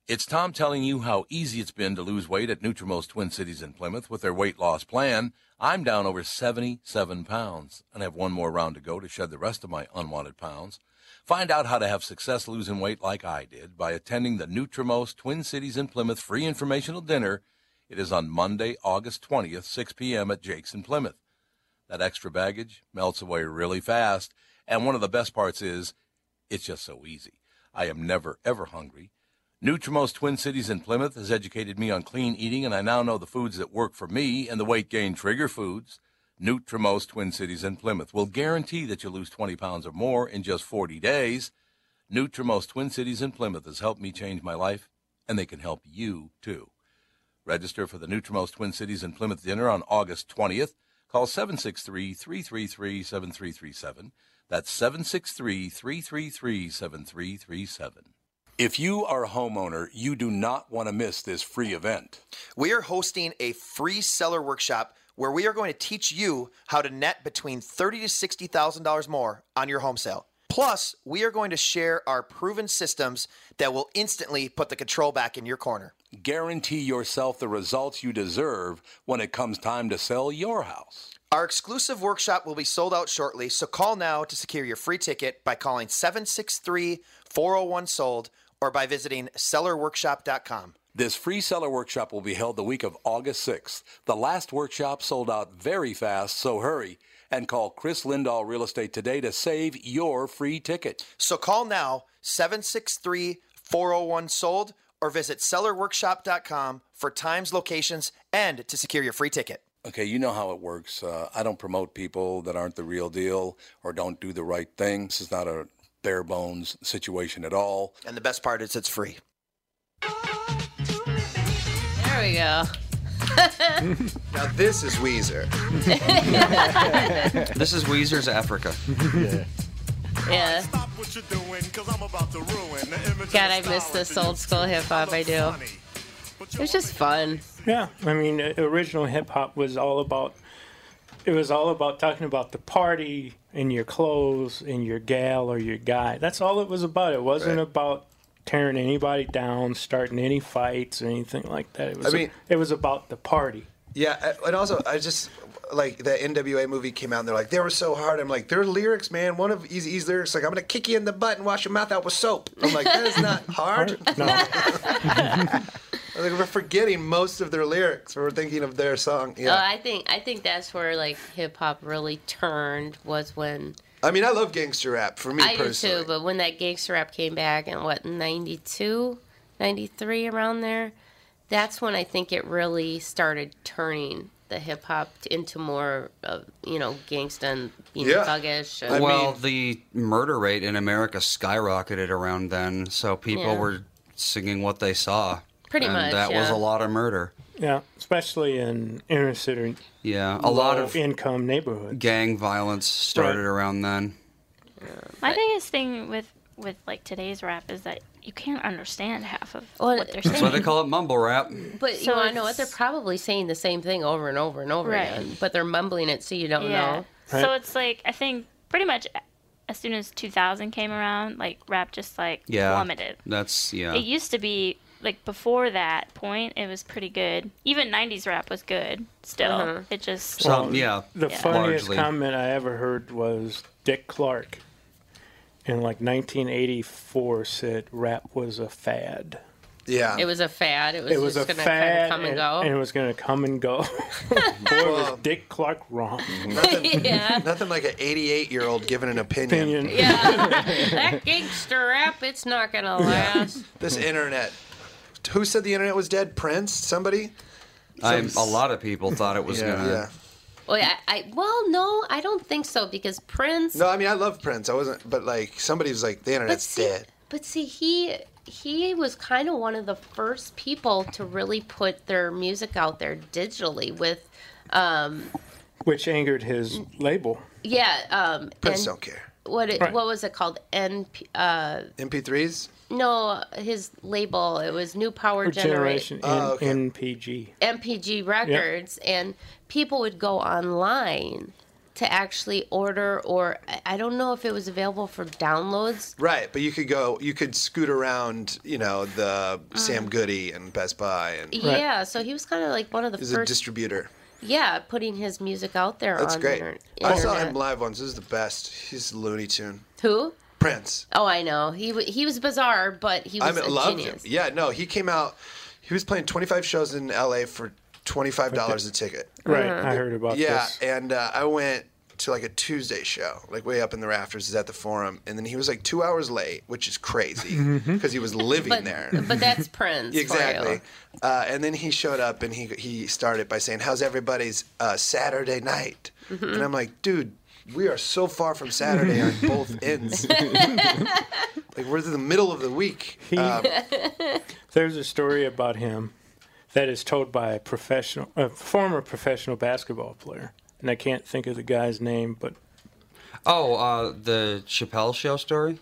[SPEAKER 6] It's Tom telling you how easy it's been to lose weight at Nutrimost Twin Cities in Plymouth with their weight loss plan. I'm down over 77 pounds and have one more round to go to shed the rest of my unwanted pounds. Find out how to have success losing weight like I did by attending the Nutrimost Twin Cities in Plymouth free informational dinner. It is on Monday, August 20th, 6 p.m. at Jake's in Plymouth. That extra baggage melts away really fast, and one of the best parts is it's just so easy. I am never, ever hungry. Nutrimost Twin Cities in Plymouth has educated me on clean eating, and I now know the foods that work for me and the weight gain trigger foods. Nutrimost Twin Cities in Plymouth will guarantee that you lose 20 pounds or more in just 40 days. Nutrimost Twin Cities in Plymouth has helped me change my life, and they can help you too. Register for the Nutrimos Twin Cities in Plymouth dinner on August 20th. Call 763-333-7337. That's 763-333-7337. If you are a homeowner, you do not want to miss this free event.
[SPEAKER 4] We are hosting a free seller workshop where we are going to teach you how to net between thirty to sixty thousand dollars more on your home sale. Plus, we are going to share our proven systems that will instantly put the control back in your corner.
[SPEAKER 6] Guarantee yourself the results you deserve when it comes time to sell your house.
[SPEAKER 4] Our exclusive workshop will be sold out shortly, so call now to secure your free ticket by calling 763 401 sold or by visiting sellerworkshop.com.
[SPEAKER 6] This free seller workshop will be held the week of August 6th. The last workshop sold out very fast, so hurry and call Chris Lindahl Real Estate today to save your free ticket.
[SPEAKER 4] So call now 763 401 sold or visit sellerworkshop.com for times, locations, and to secure your free ticket.
[SPEAKER 6] Okay, you know how it works. Uh, I don't promote people that aren't the real deal or don't do the right thing. This is not a bare bones situation at all.
[SPEAKER 4] And the best part is it's free.
[SPEAKER 1] There we go.
[SPEAKER 2] Now this is Weezer.
[SPEAKER 7] This is Weezer's Africa.
[SPEAKER 1] Yeah.
[SPEAKER 5] Stop what you're doing, cause I'm about to ruin the image.
[SPEAKER 1] God, I miss this old school hip hop. I do. It was just fun.
[SPEAKER 9] Yeah, I mean, uh, original hip hop was all about. It was all about talking about the party and your clothes and your gal or your guy. That's all it was about. It wasn't
[SPEAKER 2] Right.
[SPEAKER 9] about tearing anybody down, starting any fights or anything like that. It was.
[SPEAKER 2] I mean-
[SPEAKER 9] it was about the party.
[SPEAKER 2] Yeah, I- and also I just like the NWA movie came out and they're like they were so hard. I'm like their lyrics, man. One of Easy E's lyrics like I'm gonna kick you in the butt and wash your mouth out with soap. I'm like that is not hard.
[SPEAKER 9] No,
[SPEAKER 2] I'm like we're forgetting most of their lyrics. We're thinking of their song. Yeah.
[SPEAKER 1] Oh, I think I think that's where like hip hop really turned was when
[SPEAKER 2] I mean, I love gangster rap for me
[SPEAKER 1] I do
[SPEAKER 2] personally.
[SPEAKER 1] too, but when that gangster rap came back in what 92, 93 around there, that's when I think it really started turning the hip hop into more of you know gangsta and you know,
[SPEAKER 2] Yeah.
[SPEAKER 1] thuggish. And,
[SPEAKER 7] well, the murder rate in America skyrocketed around then, so people
[SPEAKER 1] Yeah.
[SPEAKER 7] were singing what they saw.
[SPEAKER 1] Pretty
[SPEAKER 7] and
[SPEAKER 1] much,
[SPEAKER 7] That was
[SPEAKER 1] yeah.
[SPEAKER 7] a lot of murder.
[SPEAKER 9] yeah, especiely in inner city,
[SPEAKER 7] Yeah, a lot of
[SPEAKER 9] income neighborhoods.
[SPEAKER 7] gang violence started
[SPEAKER 9] Right.
[SPEAKER 7] around then.
[SPEAKER 8] My biggest thing with with like today's rap is that you can't understand half of
[SPEAKER 1] Well,
[SPEAKER 8] what they're
[SPEAKER 1] that's
[SPEAKER 7] That's
[SPEAKER 8] saying.
[SPEAKER 7] why they call it mumble rap.
[SPEAKER 1] But
[SPEAKER 8] So
[SPEAKER 1] you want to know what?
[SPEAKER 8] it's-
[SPEAKER 1] They're probably saying the same thing over and over and over
[SPEAKER 8] Right.
[SPEAKER 1] again, but they're mumbling it so you don't know.
[SPEAKER 8] So
[SPEAKER 9] Right.
[SPEAKER 8] it's like I think pretty much as soon as 2000 came around, like rap just like
[SPEAKER 7] Yeah,
[SPEAKER 8] plummeted.
[SPEAKER 7] That's yeah.
[SPEAKER 8] It used to be like before that point, it was pretty good. Even 90s rap was good still.
[SPEAKER 1] Uh-huh.
[SPEAKER 8] It just
[SPEAKER 7] Some, yeah.
[SPEAKER 9] The funniest
[SPEAKER 7] largely.
[SPEAKER 9] comment I ever heard was Dick Clark in like 1984 said rap was a fad.
[SPEAKER 2] yeah.
[SPEAKER 1] It was a fad. It was,
[SPEAKER 9] It was
[SPEAKER 1] just
[SPEAKER 9] a
[SPEAKER 1] gonna kind
[SPEAKER 9] fad
[SPEAKER 1] of come and,
[SPEAKER 9] and it
[SPEAKER 1] go.
[SPEAKER 9] was going to come and go. Boy, was Dick Clark wrong.
[SPEAKER 1] mm-hmm.
[SPEAKER 2] nothing,
[SPEAKER 1] yeah,
[SPEAKER 2] nothing like an 88 year old giving an opinion.
[SPEAKER 9] Opinion.
[SPEAKER 1] that gangster rap, it's not gonna last.
[SPEAKER 2] This internet. Who said the internet was dead? Prince? Somebody?
[SPEAKER 7] I'm, a lot of people thought it was gonna.
[SPEAKER 2] yeah.
[SPEAKER 1] Well, I, I well, no, I don't think so because Prince.
[SPEAKER 2] No, I mean I love Prince. I wasn't, but like somebody was like the
[SPEAKER 1] but
[SPEAKER 2] internet's
[SPEAKER 1] see,
[SPEAKER 2] dead.
[SPEAKER 1] but see, he he was kind of one of the first people to really put their music out there digitally with, um,
[SPEAKER 9] Which angered his label.
[SPEAKER 1] yeah, um,
[SPEAKER 2] Prince
[SPEAKER 1] and
[SPEAKER 2] don't care.
[SPEAKER 1] what it,
[SPEAKER 9] Right.
[SPEAKER 1] what was it called? NP, uh,
[SPEAKER 2] MP3s.
[SPEAKER 1] no, his label. It was New Power Generation.
[SPEAKER 9] Generation
[SPEAKER 2] Oh, okay.
[SPEAKER 9] N- NPG.
[SPEAKER 1] MPG Records, and people would go online to actually order, or I- I don't know if it was available for downloads.
[SPEAKER 2] Right, but you could go, you could scoot around, you know, the Sam Goody and Best Buy, and he
[SPEAKER 1] Uh-huh. Yeah, so he was kind of like one of the
[SPEAKER 2] was a
[SPEAKER 1] first,
[SPEAKER 2] distributor.
[SPEAKER 1] yeah, putting his music out there
[SPEAKER 2] That's
[SPEAKER 1] on
[SPEAKER 2] great.
[SPEAKER 1] the inter-
[SPEAKER 2] I saw him
[SPEAKER 1] internet.
[SPEAKER 2] live once. This is the best. He's Looney Tune.
[SPEAKER 1] Who?
[SPEAKER 2] Prince.
[SPEAKER 1] Oh, I know. He w- he was bizarre, but he
[SPEAKER 2] I
[SPEAKER 1] was Oh, a
[SPEAKER 2] mean, loved
[SPEAKER 1] genius.
[SPEAKER 2] him. Yeah, no, he came out. He was playing 25 shows in LA for $25 a ticket.
[SPEAKER 9] Right.
[SPEAKER 1] Uh-huh.
[SPEAKER 9] I heard about
[SPEAKER 2] Yeah,
[SPEAKER 9] this.
[SPEAKER 2] and uh, I went to like a Tuesday show, like way up in the rafters, is at the Forum, and then he was like two hours late, which is crazy because he was living
[SPEAKER 1] But,
[SPEAKER 2] there.
[SPEAKER 1] but that's Prince. for
[SPEAKER 2] Exactly.
[SPEAKER 1] you.
[SPEAKER 2] Uh, and then he showed up and he he started by saying, "How's everybody's uh, Saturday night?"
[SPEAKER 1] Mm-hmm.
[SPEAKER 2] And I'm like, "Dude, we are so far from Saturday on both ends. like we're in the middle of the week."
[SPEAKER 9] He, there's a story about him that is told by a professional, a former professional basketball player, and I can't think of the guy's name, but
[SPEAKER 7] Oh, uh, the Chappelle show story.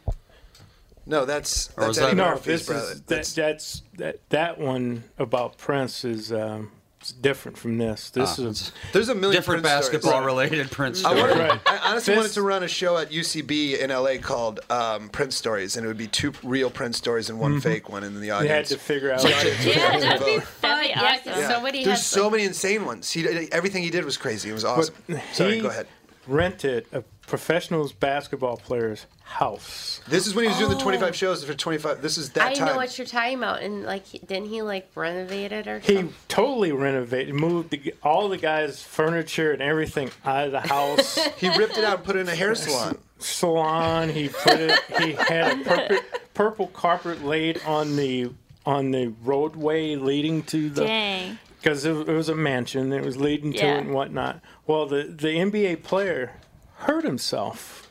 [SPEAKER 2] No, that's that's
[SPEAKER 7] was
[SPEAKER 2] Eddie
[SPEAKER 7] that- No,
[SPEAKER 9] no,
[SPEAKER 2] Murphy's
[SPEAKER 9] this
[SPEAKER 2] brother.
[SPEAKER 9] is that,
[SPEAKER 2] That's-
[SPEAKER 9] that's that that one about Prince is um, it's different from this.
[SPEAKER 2] Ah.
[SPEAKER 9] This is
[SPEAKER 2] there's a million
[SPEAKER 7] Different
[SPEAKER 2] Prince stories.
[SPEAKER 7] basketball related Prince
[SPEAKER 2] I,
[SPEAKER 7] story.
[SPEAKER 2] wanted,
[SPEAKER 9] Right.
[SPEAKER 2] I honestly wanted
[SPEAKER 9] This-
[SPEAKER 2] to run a show at UCB in LA called um, Prince Stories, and it would be two real Prince stories and one fake one, and then the
[SPEAKER 9] you Mm-hmm. had
[SPEAKER 2] audience.
[SPEAKER 9] to figure out.
[SPEAKER 1] Yeah, that'd be
[SPEAKER 2] Vote.
[SPEAKER 1] fun.
[SPEAKER 8] That'd be
[SPEAKER 1] Yeah, 'cause
[SPEAKER 8] awesome.
[SPEAKER 2] Yeah.
[SPEAKER 1] so many
[SPEAKER 2] There's
[SPEAKER 1] has,
[SPEAKER 2] so many insane ones. He did- everything he did was crazy. It was awesome. Sorry,
[SPEAKER 9] he
[SPEAKER 2] go ahead.
[SPEAKER 9] rented a professional basketball player's house.
[SPEAKER 2] This is when he was doing the 25 shows for 25. This is that
[SPEAKER 1] Oh. I
[SPEAKER 2] time.
[SPEAKER 1] know what you're talking about, and like, he- didn't he like renovate it or
[SPEAKER 9] He
[SPEAKER 1] something?
[SPEAKER 9] totally renovated, moved the, all the guys' furniture and everything out of the house.
[SPEAKER 2] he ripped it out and put it in a hair salon.
[SPEAKER 9] salon. He put it. he had a purple, purple carpet laid on the on the roadway leading to the
[SPEAKER 8] Dang.
[SPEAKER 9] because it, it was a mansion. It was leading to
[SPEAKER 8] Yeah.
[SPEAKER 9] it and whatnot. Well, the the NBA player hurt himself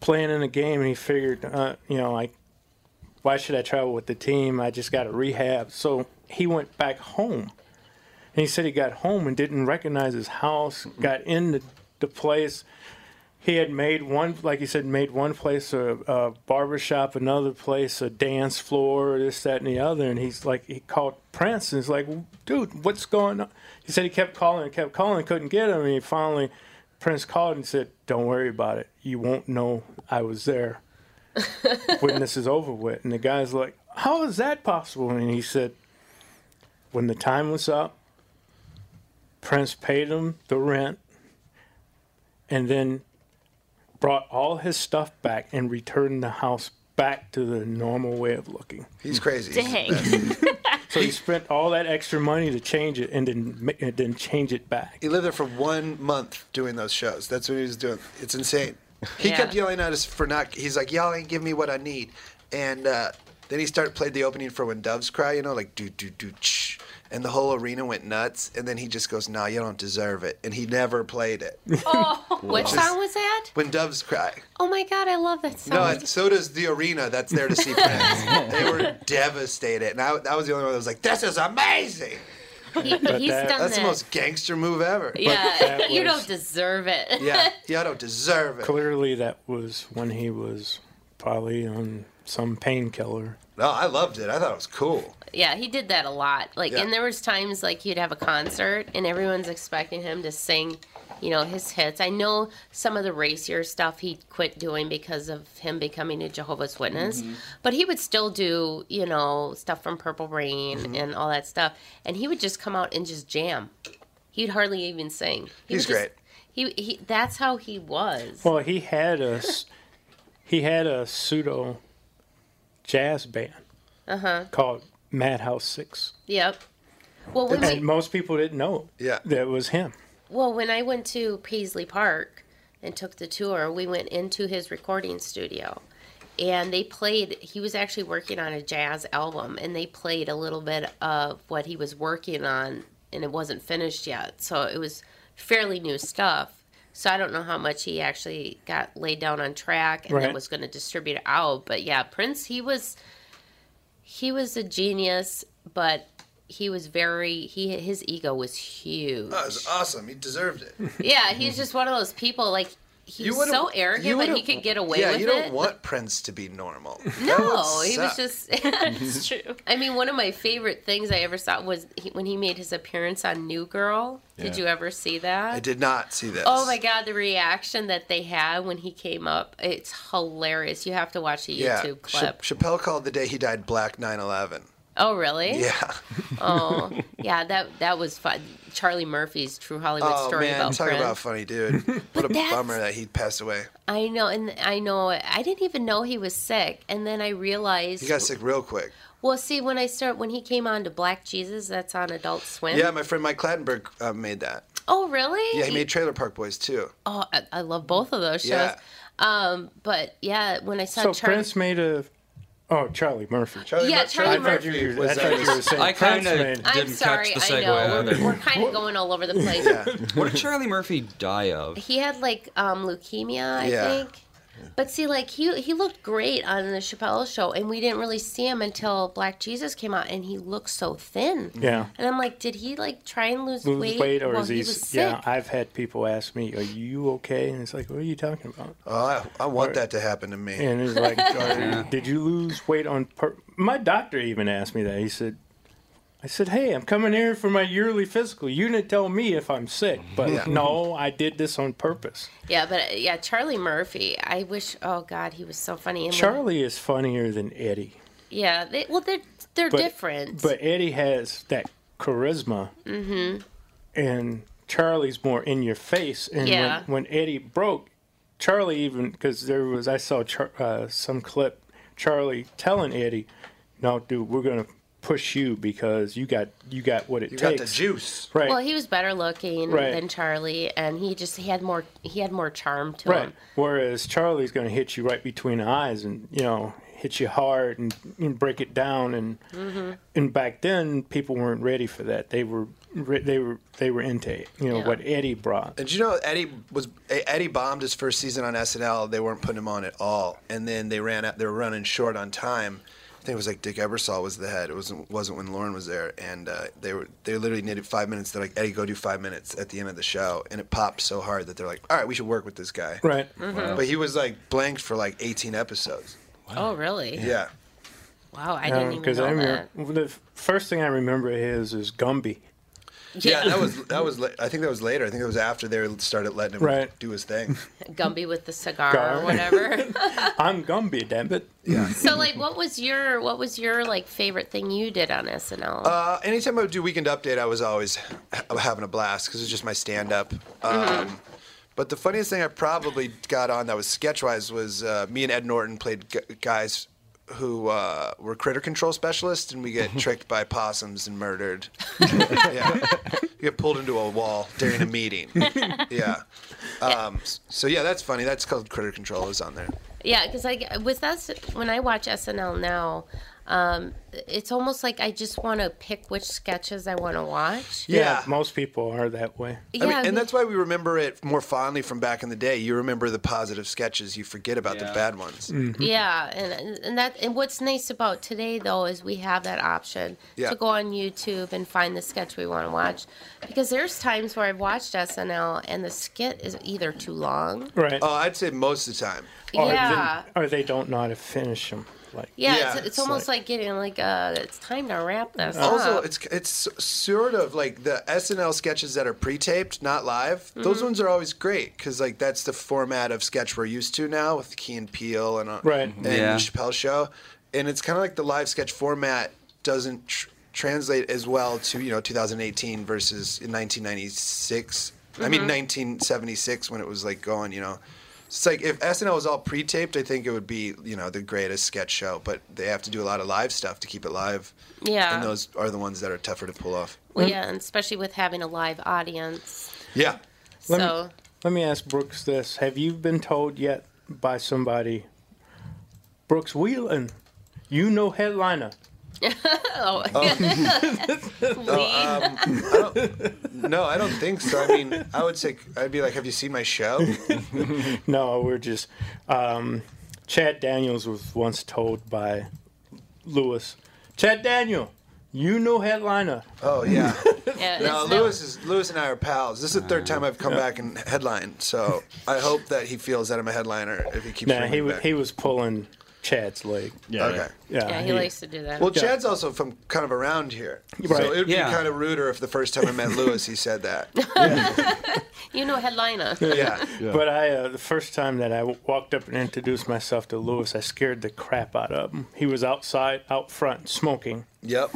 [SPEAKER 9] playing in a game, and he figured, uh, you know, like why should I travel with the team? I just got to rehab. So he went back home. And he said he got home and didn't recognize his house, got into the place. He had made one, like he said, made one place a, a barber shop, another place a dance floor, this, that, and the other. And he's like, he called Prince and he's like, dude, what's going on? He said he kept calling and kept calling, couldn't get him. And he finally, Prince called and said, don't worry about it. You won't know I was there when this is over with. And the guy's like, How is that possible? And he said, When the time was up, Prince paid him the rent and then brought all his stuff back and returned the house back to the normal way of looking.
[SPEAKER 2] He's crazy.
[SPEAKER 8] Dang.
[SPEAKER 9] So he spent all that extra money to change it and then, ma- and then change it back.
[SPEAKER 2] He lived there for one month doing those shows. That's what he was doing. It's insane. He
[SPEAKER 8] Yeah.
[SPEAKER 2] kept yelling at us for not. He's like, "Y'all ain't give me what I need." And uh, then he started played the opening for "When Doves Cry," you know, like do do do ch, and the whole arena went nuts. And then he just goes, "Nah, you don't deserve it." And he never played it.
[SPEAKER 1] What song was that?
[SPEAKER 2] "When Doves Cry."
[SPEAKER 1] Oh my God, I love that song.
[SPEAKER 2] No, and so does the arena that's there to see Prince. they were devastated, and I, I was the only one that was like, "This is amazing!
[SPEAKER 1] he, he's done
[SPEAKER 2] That's
[SPEAKER 9] that-
[SPEAKER 1] that.
[SPEAKER 2] the most gangster move ever."
[SPEAKER 1] yeah,
[SPEAKER 9] that
[SPEAKER 1] you
[SPEAKER 9] was-
[SPEAKER 1] don't deserve it.
[SPEAKER 2] Yeah, y'all don't deserve it.
[SPEAKER 9] Clearly, that was when he was probably on some painkiller.
[SPEAKER 2] No, I loved it. I thought it was cool.
[SPEAKER 1] Yeah, he did that a lot. Like,
[SPEAKER 2] Yeah.
[SPEAKER 1] and there was times like he'd have a concert and everyone's expecting him to sing, you know, his hits. I know some of the racier stuff he quit doing because of him becoming a Jehovah's Witness,
[SPEAKER 2] Mm-hmm.
[SPEAKER 1] but he would still do, you know, stuff from Purple Rain
[SPEAKER 2] Mm-hmm.
[SPEAKER 1] and all that stuff. And he would just come out and just jam. He'd hardly even sing. He
[SPEAKER 2] He's
[SPEAKER 1] would just-
[SPEAKER 2] great.
[SPEAKER 1] He, he that's how he was.
[SPEAKER 9] Well, he had a s- he had a pseudo jazz band
[SPEAKER 1] Uh-huh.
[SPEAKER 9] called Madhouse Six,
[SPEAKER 1] Yep. Well, when we,
[SPEAKER 9] and most people didn't know
[SPEAKER 2] Yeah.
[SPEAKER 9] that was him.
[SPEAKER 1] Well, when I went to Paisley Park and took the tour, we went into his recording studio and they played he was actually working on a jazz album and they played a little bit of what he was working on and it wasn't finished yet. So it was fairly new stuff. So I don't know how much he actually got laid down on track and
[SPEAKER 9] Right.
[SPEAKER 1] then was going to distribute it out, but yeah, Prince he was he was a genius, but he was very he his ego was huge.
[SPEAKER 2] That was awesome. He deserved it.
[SPEAKER 1] Yeah, he's just one of those people. Like he's
[SPEAKER 2] would've-
[SPEAKER 1] so
[SPEAKER 2] Mm-hmm. you
[SPEAKER 1] arrogant, but he
[SPEAKER 2] would've-
[SPEAKER 1] could get away
[SPEAKER 2] yeah,
[SPEAKER 1] with
[SPEAKER 2] you don't
[SPEAKER 1] it.
[SPEAKER 2] want Prince to be normal.
[SPEAKER 1] no, he was
[SPEAKER 2] suck.
[SPEAKER 1] just.
[SPEAKER 2] Mm-hmm.
[SPEAKER 8] It's true.
[SPEAKER 1] I mean, one of my favorite things I ever saw was he, when he made his appearance on New Girl. Did
[SPEAKER 6] Yeah.
[SPEAKER 1] you ever see that?
[SPEAKER 2] I did not see this.
[SPEAKER 1] Oh my god, the reaction that they had when he came up—it's hilarious. You have to watch a YouTube
[SPEAKER 2] Yeah,
[SPEAKER 1] clip.
[SPEAKER 2] Cha- Chappelle called the day he died Black 9/11.
[SPEAKER 1] oh, really?
[SPEAKER 2] Yeah.
[SPEAKER 1] Oh, yeah. That that was fun. Charlie Murphy's True Hollywood
[SPEAKER 2] Oh
[SPEAKER 1] Story
[SPEAKER 2] man,
[SPEAKER 1] about
[SPEAKER 2] talk
[SPEAKER 1] Prince.
[SPEAKER 2] about a funny dude. What a
[SPEAKER 1] that's-
[SPEAKER 2] bummer that he passed away.
[SPEAKER 1] I know, and I know. I didn't even know he was sick, and then I realized
[SPEAKER 2] He got sick real quick.
[SPEAKER 1] Well, see, when I start when he came on to Black Jesus, that's on Adult Swim.
[SPEAKER 2] Yeah, my friend Mike Clattenburg uh, made that.
[SPEAKER 1] Oh, really?
[SPEAKER 2] Yeah, he made Trailer Park Boys too.
[SPEAKER 1] Oh, I, I love both of those shows.
[SPEAKER 2] Yeah.
[SPEAKER 1] Um, but yeah, when I saw
[SPEAKER 9] So
[SPEAKER 1] Charlie,
[SPEAKER 9] Prince made a oh Charlie Murphy.
[SPEAKER 2] Charlie
[SPEAKER 1] Yeah,
[SPEAKER 2] Mur-
[SPEAKER 1] Charlie
[SPEAKER 9] I thought you were, I
[SPEAKER 2] was
[SPEAKER 9] thought you were
[SPEAKER 2] uh,
[SPEAKER 9] saying
[SPEAKER 7] I
[SPEAKER 9] Prince
[SPEAKER 7] kinda-
[SPEAKER 9] made.
[SPEAKER 1] I'm
[SPEAKER 7] Didn't
[SPEAKER 1] sorry,
[SPEAKER 7] catch the
[SPEAKER 1] I
[SPEAKER 7] segue
[SPEAKER 1] know
[SPEAKER 7] either.
[SPEAKER 1] we're, we're kind of going all over the place.
[SPEAKER 7] What did Charlie Murphy die of?
[SPEAKER 1] He had like um, leukemia, I
[SPEAKER 2] Yeah.
[SPEAKER 1] think. But see, like he he looked great on the Chappelle show, and we didn't really see him until Black Jesus came out, and he looked so thin.
[SPEAKER 9] Yeah.
[SPEAKER 1] And I'm like, did he like try and lose,
[SPEAKER 9] Lose
[SPEAKER 1] weight?
[SPEAKER 9] weight or
[SPEAKER 1] while
[SPEAKER 9] is
[SPEAKER 1] he
[SPEAKER 9] he?
[SPEAKER 1] was
[SPEAKER 9] s-
[SPEAKER 1] sick?
[SPEAKER 9] Yeah, I've had people ask me, "Are you okay?" And it's like, "What are you talking about?"
[SPEAKER 2] oh, I, I want that to happen to me.
[SPEAKER 9] And it's like, "Are- did you lose weight on pur-? My doctor even asked me that. He said, I said, hey, I'm coming here for my yearly physical. You didn't tell me if I'm sick, but no, I did this on purpose.
[SPEAKER 1] Yeah, but uh, yeah, Charlie Murphy. I wish. Oh God, he was so funny. And when-
[SPEAKER 9] Charlie is funnier than Eddie,
[SPEAKER 1] yeah. They, well, they're they're
[SPEAKER 9] But-
[SPEAKER 1] different.
[SPEAKER 9] but Eddie has that charisma, mm-hmm. and Charlie's more in your face. And
[SPEAKER 1] Yeah.
[SPEAKER 9] when, when Eddie broke, Charlie even because there was I saw Char, uh, some clip Charlie telling Eddie, "No, dude, we're gonna." Push you because you got you got what it
[SPEAKER 2] you got
[SPEAKER 9] takes.
[SPEAKER 2] the juice.
[SPEAKER 9] Right.
[SPEAKER 1] well, he was better looking
[SPEAKER 9] Right.
[SPEAKER 1] than Charlie, and he just he had more he had more charm to
[SPEAKER 9] right.
[SPEAKER 1] him.
[SPEAKER 9] Whereas Charlie's going to hit you right between the eyes, and you know hit you hard and, and break it down and
[SPEAKER 1] Mm-hmm.
[SPEAKER 9] and back then people weren't ready for that. They were re- they were they were into it, you know what Eddie brought.
[SPEAKER 2] And you know Eddie was Eddie bombed his first season on SNL. They weren't putting him on at all, and then they ran out. They were running short on time. I think it was like Dick Ebersol was the head. It wasn't wasn't when Lauren was there, and uh, they were they literally needed five minutes. They're like Eddie, go do five minutes at the end of the show, and it popped so hard that they're like, all right, we should work with this guy.
[SPEAKER 9] Right.
[SPEAKER 1] Mm-hmm.
[SPEAKER 2] But he was like blanked for like 18 episodes.
[SPEAKER 1] Oh, really?
[SPEAKER 2] Yeah.
[SPEAKER 1] Wow, I didn't even
[SPEAKER 9] Because
[SPEAKER 1] know
[SPEAKER 9] Uh, I
[SPEAKER 1] that.
[SPEAKER 9] remember the first thing I remember his is Gumby.
[SPEAKER 2] Yeah, that was that was. la- I think that was later. I think it was after they started letting him
[SPEAKER 9] Right.
[SPEAKER 2] do his thing.
[SPEAKER 1] Gumby with the cigar
[SPEAKER 9] Gar.
[SPEAKER 1] or whatever.
[SPEAKER 9] I'm Gumby, damn it.
[SPEAKER 1] so, like, what was your what was your like favorite thing you did on SNL?
[SPEAKER 2] Uh, anytime I would do Weekend Update, I was always ha- having a blast because it's just my stand up. Um, But the funniest thing I probably got on that was sketch wise was uh, me and Ed Norton played g- guys who uh, were critter control specialists, and we get tricked by possums and murdered. yeah. You get pulled into a wall during a meeting. yeah. Um, s- so, yeah, that's funny. That's called critter control, is on there.
[SPEAKER 1] Yeah, because like with us, when I watch SNL now, um, it's almost like I just want to pick which sketches I want to watch.
[SPEAKER 2] Yeah.
[SPEAKER 9] most people are that way.
[SPEAKER 1] Yeah,
[SPEAKER 2] I mean, and
[SPEAKER 1] we-
[SPEAKER 2] that's why we remember it more fondly from back in the day. You remember the positive sketches, you forget about the bad ones.
[SPEAKER 1] yeah, and and that and what's nice about today though is we have that option
[SPEAKER 2] Yeah.
[SPEAKER 1] to go on YouTube and find the sketch we want to watch, because there's times where I've watched SNL and the skit is either too long.
[SPEAKER 9] Right.
[SPEAKER 2] Oh, I'd say most of the time.
[SPEAKER 9] or,
[SPEAKER 1] yeah.
[SPEAKER 9] they, or they don't know how to finish them. Like,
[SPEAKER 1] yeah,
[SPEAKER 2] Yeah,
[SPEAKER 1] it's, it's
[SPEAKER 2] it's
[SPEAKER 1] almost like, getting like uh, it's time to wrap this.
[SPEAKER 2] Also,
[SPEAKER 1] up.
[SPEAKER 2] it's it's sort of like the SNL sketches that are pre-taped, not live. Those ones are always great because like that's the format of sketch we're used to now with Key and Peele and uh,
[SPEAKER 9] Right.
[SPEAKER 2] and
[SPEAKER 7] Yeah.
[SPEAKER 2] the Chappelle Show, and it's kind of like the live sketch format doesn't tr- translate as well to you know 2018 versus 1996. I mean 1976 when it was like going, you know. It's like if SNL was all pre-taped, I think it would be you know the greatest sketch show. But they have to do a lot of live stuff to keep it live.
[SPEAKER 1] Yeah.
[SPEAKER 2] And those are the ones that are tougher to pull off.
[SPEAKER 1] Well, yeah, and especially with having a live audience.
[SPEAKER 2] Yeah.
[SPEAKER 9] Let me-
[SPEAKER 1] so
[SPEAKER 9] let me ask Brooks this: Have you been told yet by somebody, Brooks Wheelan, you know headliner?
[SPEAKER 2] uh, No, I don't think so. I mean, I would say I'd be like, "Have you seen my show?"
[SPEAKER 9] No, we're just. Um, Chad Daniels was once told by Lewis, Chad Daniel, you know headliner.
[SPEAKER 2] Oh yeah.
[SPEAKER 1] Yeah,
[SPEAKER 2] No,
[SPEAKER 1] it's
[SPEAKER 2] Lewis is Lewis and I are pals. This is the third time I've come back and headlined, so I hope that he feels that I'm a headliner if he keeps.
[SPEAKER 9] Nah,
[SPEAKER 2] bringing
[SPEAKER 9] he
[SPEAKER 2] me
[SPEAKER 9] was
[SPEAKER 2] back.
[SPEAKER 9] he was pulling Chad's leg.
[SPEAKER 10] Yeah.
[SPEAKER 2] Okay.
[SPEAKER 9] Yeah,
[SPEAKER 1] yeah, he likes to do that.
[SPEAKER 2] Well, Chad's also from kind of around here,
[SPEAKER 9] Right.
[SPEAKER 2] so it would
[SPEAKER 7] Yeah.
[SPEAKER 2] be kind of ruder if the first time I met Lewis he said that.
[SPEAKER 1] you know, headliner.
[SPEAKER 2] Yeah.
[SPEAKER 9] But I, uh, the first time that I w- walked up and introduced myself to Lewis, I scared the crap out of him. He was outside, out front, smoking
[SPEAKER 2] Yep.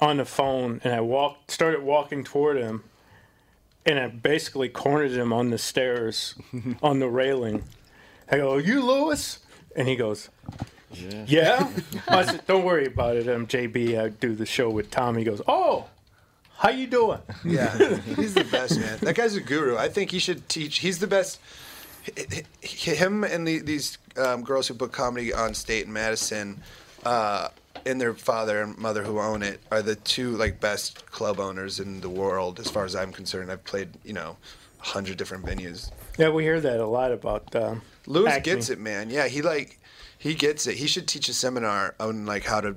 [SPEAKER 9] on the phone, and I walked, started walking toward him, and I basically cornered him on the stairs, on the railing. I go, "Are you Lewis?" And he goes, "Yeah." I said, "Don't worry about it. I'm JB. I do the show with Tom." He goes, "Oh, how you doing?"
[SPEAKER 2] Yeah, he's the best man. That guy's a guru. I think he should teach. He's the best. h- h- Him and the, these um, girls who book comedy on State and Madison, uh, and their father and mother who own it, are the two like best club owners in the world, as far as I'm concerned. I've played, you know, a hundred different venues.
[SPEAKER 9] Yeah, we hear that a lot about. Um,
[SPEAKER 2] Lewis
[SPEAKER 9] acting.
[SPEAKER 2] gets it, man. Yeah, he like he gets it. He should teach a seminar on like how to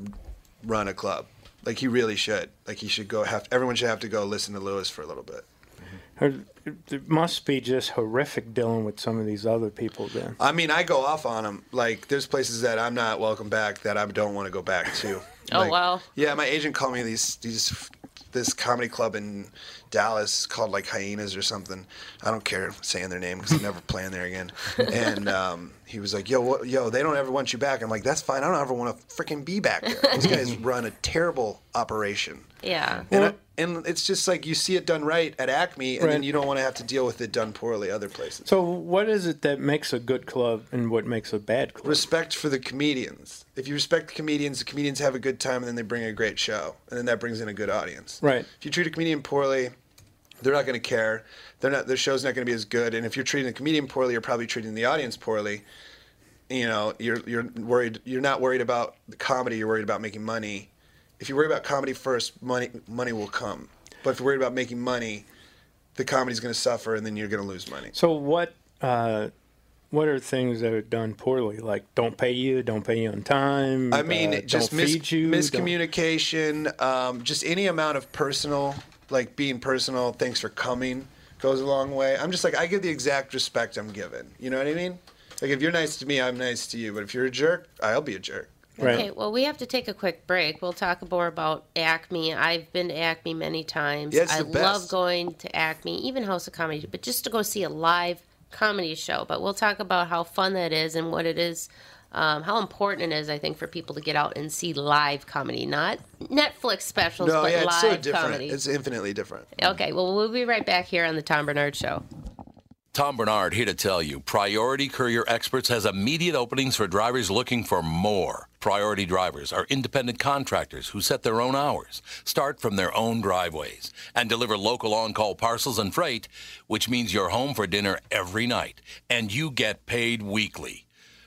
[SPEAKER 2] run a club. Like he really should. Like he should go have everyone should have to go listen to Lewis for a little bit.
[SPEAKER 9] Her- It must be just horrific dealing with some of these other people then.
[SPEAKER 2] I mean, I go off on them. Like, there's places that I'm not welcome back that I don't want to go back to.
[SPEAKER 1] Oh,
[SPEAKER 2] Like,
[SPEAKER 1] wow.
[SPEAKER 2] Yeah, my agent called me these these this comedy club in Dallas called like Hyenas or something. I don't care saying their name because I'm never playing there again. And um, he was like, "Yo, what, yo, they don't ever want you back." I'm like, "That's fine. I don't ever want to freaking be back there." These guys run a terrible operation.
[SPEAKER 1] Yeah.
[SPEAKER 2] And, I- and it's just like you see it done right at Acme, and then
[SPEAKER 9] Right.
[SPEAKER 2] you don't want to have to deal with it done poorly other places.
[SPEAKER 9] So, what is it that makes a good club and what makes a bad club?
[SPEAKER 2] respect for the comedians. If you respect the comedians, the comedians have a good time and then they bring a great show. And then that brings in a good audience.
[SPEAKER 9] Right.
[SPEAKER 2] If you treat a comedian poorly, they're not going to care. They're not, their show's not going to be as good. And if you're treating the comedian poorly, you're probably treating the audience poorly. you know, you're you're worried. You're not worried about the comedy. You're worried about making money. If you worry about comedy first, money money will come. But if you're worried about making money, the comedy's going to suffer, and then you're going to lose money.
[SPEAKER 9] So what uh, what are things that are done poorly? Like don't pay you, don't pay you on time.
[SPEAKER 2] I mean,
[SPEAKER 9] uh,
[SPEAKER 2] just
[SPEAKER 9] don't
[SPEAKER 2] mis-
[SPEAKER 9] feed you, don't-
[SPEAKER 2] miscommunication, um, just any amount of personal, like being personal, thanks for coming, goes a long way. I'm just like, I give the exact respect I'm given. You know what I mean? Like, if you're nice to me, I'm nice to you. But if you're a jerk, I'll be a jerk.
[SPEAKER 9] Right.
[SPEAKER 1] Okay, well, we have to take a quick break. We'll talk more about Acme. I've been to Acme many times.
[SPEAKER 2] Yeah, it's
[SPEAKER 1] I
[SPEAKER 2] the best.
[SPEAKER 1] love going to Acme, even House of Comedy, but just to go see a live comedy show. But we'll talk about how fun that is and what it is, um, how important it is, I think, for people to get out and see live comedy, not Netflix specials,
[SPEAKER 2] No,
[SPEAKER 1] but
[SPEAKER 2] yeah,
[SPEAKER 1] live
[SPEAKER 2] it's so different.
[SPEAKER 1] comedy.
[SPEAKER 2] It's infinitely different.
[SPEAKER 1] Okay, well, we'll be right back here on the Tom Bernard Show.
[SPEAKER 6] Tom Bernard here to tell you Priority Courier Experts has immediate openings for drivers looking for more. Priority drivers are independent contractors who set their own hours, start from their own driveways, and deliver local on call parcels and freight, which means you're home for dinner every night and you get paid weekly.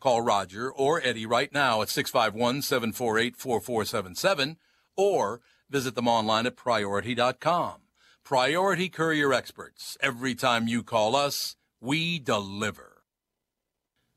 [SPEAKER 6] Call Roger or Eddie right now at 651 748 4477 or visit them online at priority.com. Priority Courier Experts. Every time you call us, we deliver.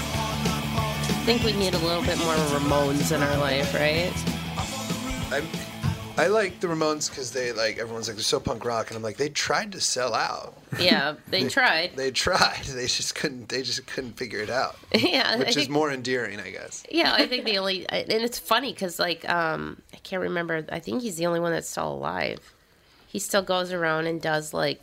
[SPEAKER 1] I think we need a little bit more Ramones in our life, right?
[SPEAKER 2] I'm, I like the Ramones because they like everyone's like they're so punk rock, and I'm like they tried to sell out.
[SPEAKER 1] Yeah, they tried.
[SPEAKER 2] They tried. They just couldn't. They just couldn't figure it out,
[SPEAKER 1] yeah, I
[SPEAKER 2] which is
[SPEAKER 1] think-
[SPEAKER 2] more endearing, I guess.
[SPEAKER 1] Yeah, I think the only I- and it's funny because like um I can't remember. I think he's the only one that's still alive. He still goes around and does like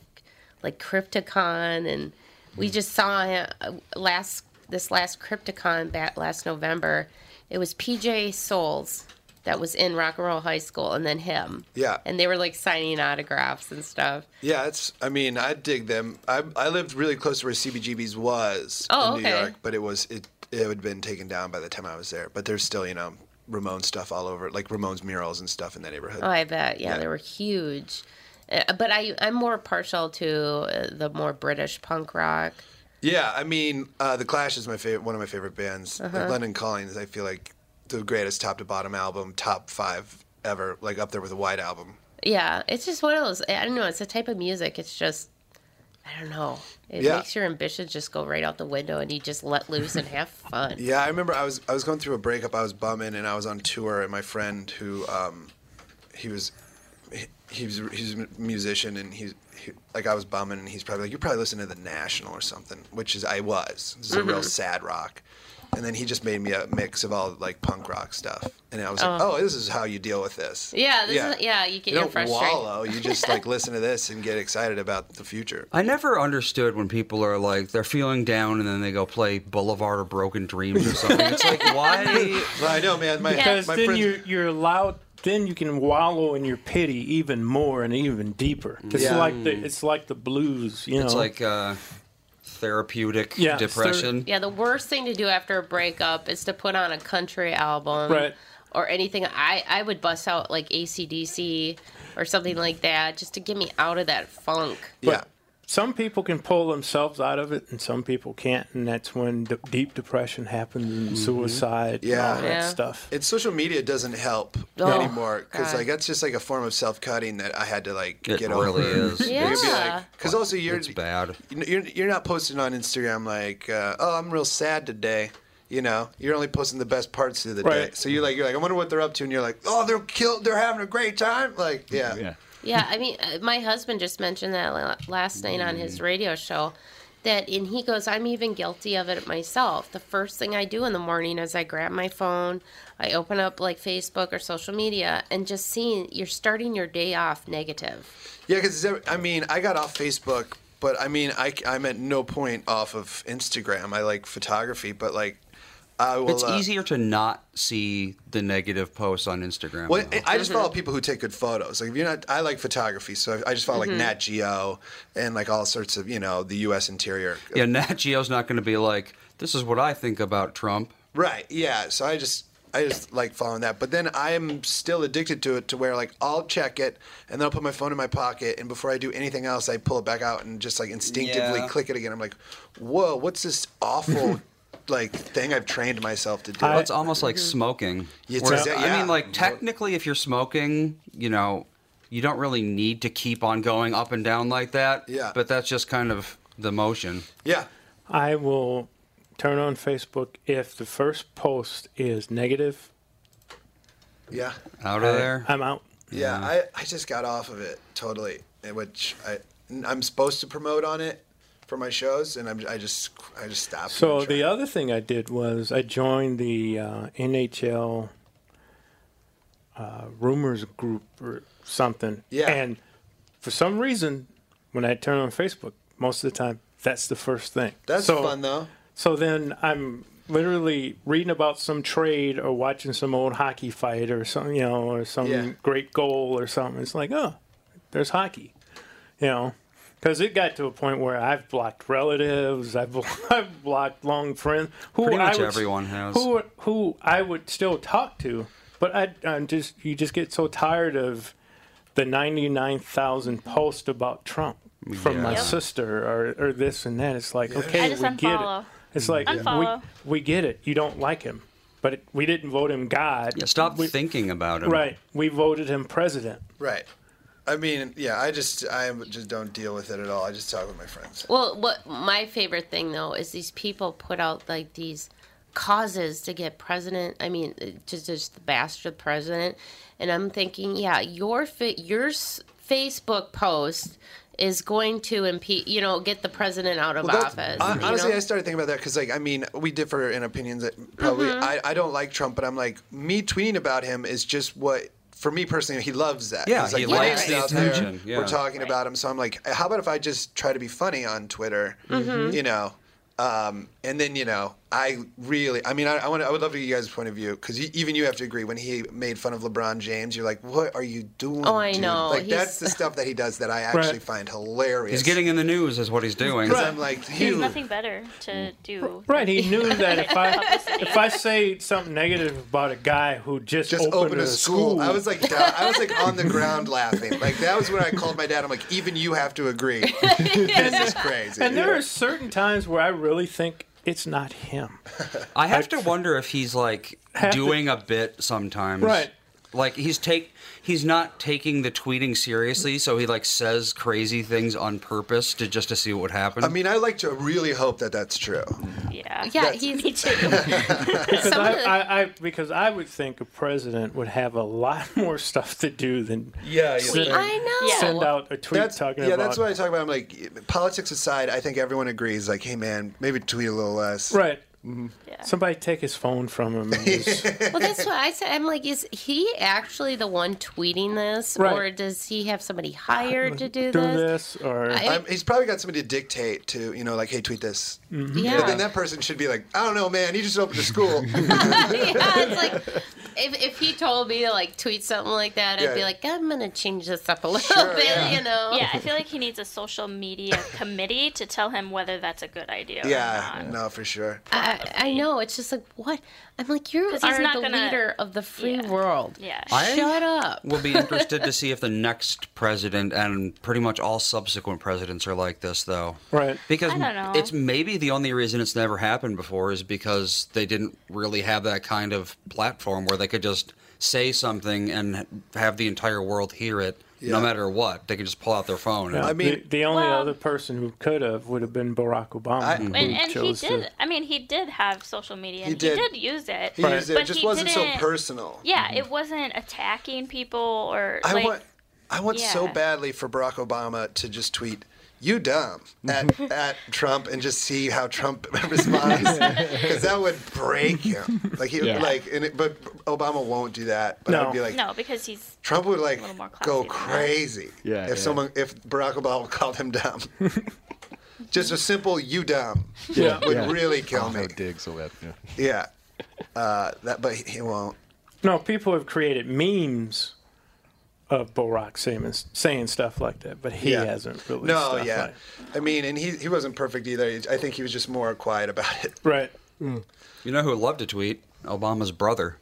[SPEAKER 1] like Crypticon, and we just saw him uh, last this last Crypticon back last November. It was PJ Souls that was in Rock and Roll High School, and then him.
[SPEAKER 2] Yeah.
[SPEAKER 1] and they were like signing autographs and stuff.
[SPEAKER 2] Yeah, it's. I mean, I dig them. I I lived really close to where CBGB's was
[SPEAKER 1] Oh,
[SPEAKER 2] in New
[SPEAKER 1] okay.
[SPEAKER 2] York, but it was it it had been taken down by the time I was there. But there's still you know Ramon stuff all over, like Ramon's murals and stuff in that neighborhood.
[SPEAKER 1] Oh, I bet. Yeah,
[SPEAKER 2] Yeah.
[SPEAKER 1] they were huge. Uh, But I, I'm more partial to uh, the more British punk rock.
[SPEAKER 2] Yeah, I mean, uh, the Clash is my favorite, one of my favorite bands.
[SPEAKER 1] Uh-huh.
[SPEAKER 2] Like London Calling is, I feel like, the greatest top to bottom album, top five ever, like up there with the White album.
[SPEAKER 1] Yeah, it's just one of those. I don't know. It's a type of music. It's just, I don't know. It
[SPEAKER 2] Yeah.
[SPEAKER 1] makes your ambitions just go right out the window, and you just let loose and have fun.
[SPEAKER 2] Yeah, I remember I was I was going through a breakup. I was bumming, and I was on tour, and my friend who, um, he was, he, he was he's a musician, and he's he, like I was bumming, and he's probably like you're probably listening to the National or something, which is I was. This is a real
[SPEAKER 1] Mm-hmm.
[SPEAKER 2] sad rock, and then he just made me a mix of all like punk rock stuff, and I was like, oh, this is how you deal with this.
[SPEAKER 1] Yeah, this is- yeah, you get
[SPEAKER 2] you
[SPEAKER 1] your
[SPEAKER 2] don't
[SPEAKER 1] frustration.
[SPEAKER 2] wallow. You just like listen to this and get excited about the future.
[SPEAKER 7] I never understood when people are like they're feeling down and then they go play Boulevard of Broken Dreams or something. it's like why?
[SPEAKER 2] Well, I know, man. My,
[SPEAKER 9] Because
[SPEAKER 2] my
[SPEAKER 9] then
[SPEAKER 2] friends-
[SPEAKER 9] you're you're allowed. Then you can wallow in your pity even more and even deeper. It's
[SPEAKER 2] Yeah.
[SPEAKER 9] like the it's like the blues. You know,
[SPEAKER 7] It's like uh, therapeutic
[SPEAKER 9] Yeah, it's ther-
[SPEAKER 7] depression.
[SPEAKER 1] Yeah, the worst thing to do after a breakup is to put on a country album
[SPEAKER 9] Right.
[SPEAKER 1] or anything. I, I would bust out like ACDC or something like that just to get me out of that funk.
[SPEAKER 2] yeah.
[SPEAKER 9] some people can pull themselves out of it, and some people can't, and that's when de- deep depression happens and suicide,
[SPEAKER 2] Yeah.
[SPEAKER 9] and all that
[SPEAKER 2] Yeah.
[SPEAKER 9] stuff.
[SPEAKER 2] And social media doesn't help
[SPEAKER 9] No.
[SPEAKER 2] anymore because
[SPEAKER 9] God.
[SPEAKER 2] like that's just like a form of self-cutting that I had to like
[SPEAKER 7] It
[SPEAKER 2] get over.
[SPEAKER 7] really is.
[SPEAKER 1] Yeah.
[SPEAKER 2] Because also you're
[SPEAKER 7] It's bad.
[SPEAKER 2] you know, you're you're not posting on Instagram like, uh, oh, I'm real sad today. You know, you're only posting the best parts of the day.
[SPEAKER 9] Right.
[SPEAKER 2] So you're like, you're like, I wonder what they're up to, and you're like, oh, they're killed, they're having a great time. Like, yeah, yeah.
[SPEAKER 1] Yeah, I mean, uh, my husband just mentioned that la- last night on his radio show. That and he goes, I'm even guilty of it myself. The first thing I do in the morning is I grab my phone, I open up like Facebook or social media, and just seeing you're starting your day off negative.
[SPEAKER 2] Yeah, because I mean, I got off Facebook, but I mean, I am at no point off of Instagram. I like photography, but like, I will.
[SPEAKER 7] it's
[SPEAKER 2] uh,
[SPEAKER 7] easier to not see the negative posts on Instagram.
[SPEAKER 2] Well,
[SPEAKER 7] though.
[SPEAKER 2] I just follow people who take good photos. Like if you're not, I like photography, so I just follow
[SPEAKER 7] Mhm.
[SPEAKER 2] like Nat Geo and like all sorts of you know the U.S. interior.
[SPEAKER 7] yeah, Nat Geo's not going to be like, this is what I think about Trump.
[SPEAKER 2] Right. Yeah. So I just I just like following that, but then I am still addicted to it to where like I'll check it and then I'll put my phone in my pocket and before I do anything else, I pull it back out and just like instinctively
[SPEAKER 7] Yeah.
[SPEAKER 2] click it again. I'm like, whoa, what's this awful like thing I've trained myself to do?
[SPEAKER 7] Well, it's almost like
[SPEAKER 9] Mm-hmm.
[SPEAKER 7] smoking.
[SPEAKER 2] It's
[SPEAKER 7] Whereas-
[SPEAKER 2] exa-
[SPEAKER 7] I
[SPEAKER 2] yeah.
[SPEAKER 7] mean, like technically, if you're smoking, you know, you don't really need to keep on going up and down like that.
[SPEAKER 2] Yeah.
[SPEAKER 7] But that's just kind of the motion.
[SPEAKER 2] Yeah.
[SPEAKER 9] I will turn on Facebook if the first post is negative.
[SPEAKER 2] yeah.
[SPEAKER 7] Out
[SPEAKER 9] I-
[SPEAKER 7] of there.
[SPEAKER 9] I'm out.
[SPEAKER 2] Yeah, I, I just got off of it totally, and which I I'm supposed to promote on it for my shows, and I'm, I just I just stopped.
[SPEAKER 9] So the other thing I did was I joined the uh, NHL uh, rumors group or something.
[SPEAKER 2] Yeah.
[SPEAKER 9] And for some reason, when I turn on Facebook, most of the time that's the first thing.
[SPEAKER 2] That's
[SPEAKER 9] So-
[SPEAKER 2] fun though.
[SPEAKER 9] So then I'm literally reading about some trade or watching some old hockey fight or some you know or some
[SPEAKER 2] Yeah.
[SPEAKER 9] great goal or something. It's like oh, there's hockey, you know. Because it got to a point where I've blocked relatives, I've, blo- I've blocked long friends, who
[SPEAKER 7] Pretty
[SPEAKER 9] I
[SPEAKER 7] much
[SPEAKER 9] would,
[SPEAKER 7] everyone has.
[SPEAKER 9] who who I would still talk to, but I I'm just you just get so tired of the ninety nine thousand posts about Trump from my
[SPEAKER 7] Yeah.
[SPEAKER 9] sister or, or this and that. It's like okay,
[SPEAKER 8] I just
[SPEAKER 9] we get
[SPEAKER 8] unfollow.
[SPEAKER 2] Mm.
[SPEAKER 9] it. It's like
[SPEAKER 8] Unfollow.
[SPEAKER 9] we, we get it. You don't like him, but it, we didn't vote him God.
[SPEAKER 7] Yeah, stop thinking about it.
[SPEAKER 9] Right, we voted him president.
[SPEAKER 2] Right. I mean, yeah, I just I just don't deal with it at all. I just talk with my friends.
[SPEAKER 1] Well, what my favorite thing though is these people put out like these causes to get president. I mean, it- just just the bastard president. And I'm thinking, yeah, your fa- your s- Facebook post is going to impeach, you know, get the president out of
[SPEAKER 2] Well, that's-
[SPEAKER 1] office.
[SPEAKER 2] hon-
[SPEAKER 1] you know?
[SPEAKER 2] honestly, I started thinking about that because, like, I mean, we differ in opinions. that Probably,
[SPEAKER 1] Mhm.
[SPEAKER 2] I, I don't like Trump, but I'm like, me tweeting about him is just what. For me personally, he loves that.
[SPEAKER 7] Yeah,
[SPEAKER 2] He's like,
[SPEAKER 7] he
[SPEAKER 2] "My
[SPEAKER 7] likes
[SPEAKER 2] name's
[SPEAKER 7] the
[SPEAKER 2] out there.
[SPEAKER 7] attention, yeah.
[SPEAKER 2] We're talking about him, so I'm like, how about if I just try to be funny on Twitter?
[SPEAKER 1] Mhm.
[SPEAKER 2] You know, um, and then you know, I really, I mean, I, I want, I would love to get you guys' point of view because even you have to agree when he made fun of LeBron James, you're like, what are you doing?
[SPEAKER 1] Oh, I
[SPEAKER 2] dude?"
[SPEAKER 1] know.
[SPEAKER 2] Like
[SPEAKER 1] He's-
[SPEAKER 2] that's the stuff that he does that I actually find hilarious.
[SPEAKER 7] He's getting in the news, is what he's doing.
[SPEAKER 2] Because I'm like,
[SPEAKER 8] There's
[SPEAKER 2] you.
[SPEAKER 8] nothing better to do.
[SPEAKER 9] Right, he knew that if I if I say something negative about a guy who just,
[SPEAKER 2] Just
[SPEAKER 9] opened,
[SPEAKER 2] opened a school. I was like, down, I was like on the ground laughing. Like that was when I called my dad. I'm like, even you have to agree. this is crazy.
[SPEAKER 9] and there are certain times where I really think it's not him.
[SPEAKER 7] I have to wonder if he's like
[SPEAKER 9] Have to-
[SPEAKER 7] doing a bit sometimes.
[SPEAKER 9] Right.
[SPEAKER 7] Like he's take he's not taking the tweeting seriously, so he like says crazy things on purpose to just to see what would happen.
[SPEAKER 2] I mean, I like to really hope that that's true.
[SPEAKER 8] Yeah.
[SPEAKER 1] yeah, he's
[SPEAKER 9] because
[SPEAKER 1] Some
[SPEAKER 9] I,
[SPEAKER 1] of the-
[SPEAKER 9] I, I because I would think a president would have a lot more stuff to do than
[SPEAKER 2] Yeah, you
[SPEAKER 9] send,
[SPEAKER 2] think. I
[SPEAKER 1] know.
[SPEAKER 9] send out a tweet
[SPEAKER 2] That's-
[SPEAKER 9] talking
[SPEAKER 2] yeah,
[SPEAKER 9] about
[SPEAKER 2] that's what I talk about. I'm like, politics aside, I think everyone agrees. Like, hey man, maybe tweet a little less.
[SPEAKER 9] right.
[SPEAKER 2] Mm-hmm.
[SPEAKER 9] Somebody take his phone from him. and just-
[SPEAKER 1] well, that's what I said. I'm like, is he actually the one tweeting this,
[SPEAKER 9] Right.
[SPEAKER 1] or does he have somebody hired to do
[SPEAKER 9] do
[SPEAKER 1] this?
[SPEAKER 9] this or
[SPEAKER 1] I-
[SPEAKER 2] Um, he's probably got somebody to dictate to, you know, like, hey, tweet this.
[SPEAKER 1] Yeah.
[SPEAKER 2] But then that person should be like, I don't know, man, you just opened a school.
[SPEAKER 1] yeah, it's like if, if he told me to like tweet something like that, I'd
[SPEAKER 8] Yeah.
[SPEAKER 1] be like, I'm gonna change this up a little
[SPEAKER 8] Sure,
[SPEAKER 1] bit,
[SPEAKER 8] yeah.
[SPEAKER 1] you know.
[SPEAKER 8] Yeah, I feel like he needs a social media committee to tell him whether that's a good idea. or
[SPEAKER 2] yeah, no, for sure.
[SPEAKER 1] I, I know. It's just like what I'm like. You
[SPEAKER 8] 'Cause he's
[SPEAKER 1] are
[SPEAKER 8] not
[SPEAKER 1] the
[SPEAKER 8] gonna-
[SPEAKER 1] leader of the free world.
[SPEAKER 8] Yeah.
[SPEAKER 7] I-
[SPEAKER 1] Shut up.
[SPEAKER 7] We'll be interested to see if the next president and pretty much all subsequent presidents are like this, though.
[SPEAKER 9] Right.
[SPEAKER 7] Because
[SPEAKER 8] I don't know.
[SPEAKER 7] it's maybe the only reason it's never happened before is because they didn't really have that kind of platform where they could just say something and have the entire world hear it
[SPEAKER 9] Yeah.
[SPEAKER 7] no matter what. They could just pull out their phone. and-
[SPEAKER 9] Yeah, the, the only other person who could have would have been Barack Obama. who
[SPEAKER 8] And, and he
[SPEAKER 9] chose
[SPEAKER 8] did.
[SPEAKER 9] to-
[SPEAKER 8] I mean, he did have social media.
[SPEAKER 9] He
[SPEAKER 8] And he, did.
[SPEAKER 9] did.
[SPEAKER 8] use it.
[SPEAKER 9] He used it.
[SPEAKER 2] It just wasn't so personal.
[SPEAKER 8] Yeah, it wasn't attacking people or
[SPEAKER 2] I
[SPEAKER 8] like.
[SPEAKER 2] want, I want so
[SPEAKER 8] yeah.
[SPEAKER 2] badly for Barack Obama to just tweet "you dumb" at, at Trump and just see how Trump responds because that would break him. Like he would
[SPEAKER 8] Yeah.
[SPEAKER 2] like, and it, but Obama won't do that. But I'd be like,
[SPEAKER 8] no, because he's
[SPEAKER 2] Trump would like
[SPEAKER 8] a little more classy
[SPEAKER 2] go
[SPEAKER 8] than that.
[SPEAKER 2] crazy.
[SPEAKER 10] Yeah,
[SPEAKER 2] If
[SPEAKER 10] yeah.
[SPEAKER 2] someone, if Barack Obama called him dumb, just a simple "you dumb"
[SPEAKER 10] Yeah,
[SPEAKER 2] would
[SPEAKER 10] yeah.
[SPEAKER 2] really kill
[SPEAKER 10] Oh,
[SPEAKER 2] me.
[SPEAKER 10] no dig so bad. Yeah.
[SPEAKER 2] Yeah. Uh, that, but he won't.
[SPEAKER 9] No, people have created memes of Barack saying, saying stuff like that, but he
[SPEAKER 2] Yeah.
[SPEAKER 9] hasn't really.
[SPEAKER 2] No,
[SPEAKER 9] stuff
[SPEAKER 2] yeah.
[SPEAKER 9] like-
[SPEAKER 2] I mean, and he he wasn't perfect either. I think he was just more quiet about it.
[SPEAKER 9] right.
[SPEAKER 7] You know who loved to tweet? Obama's brother.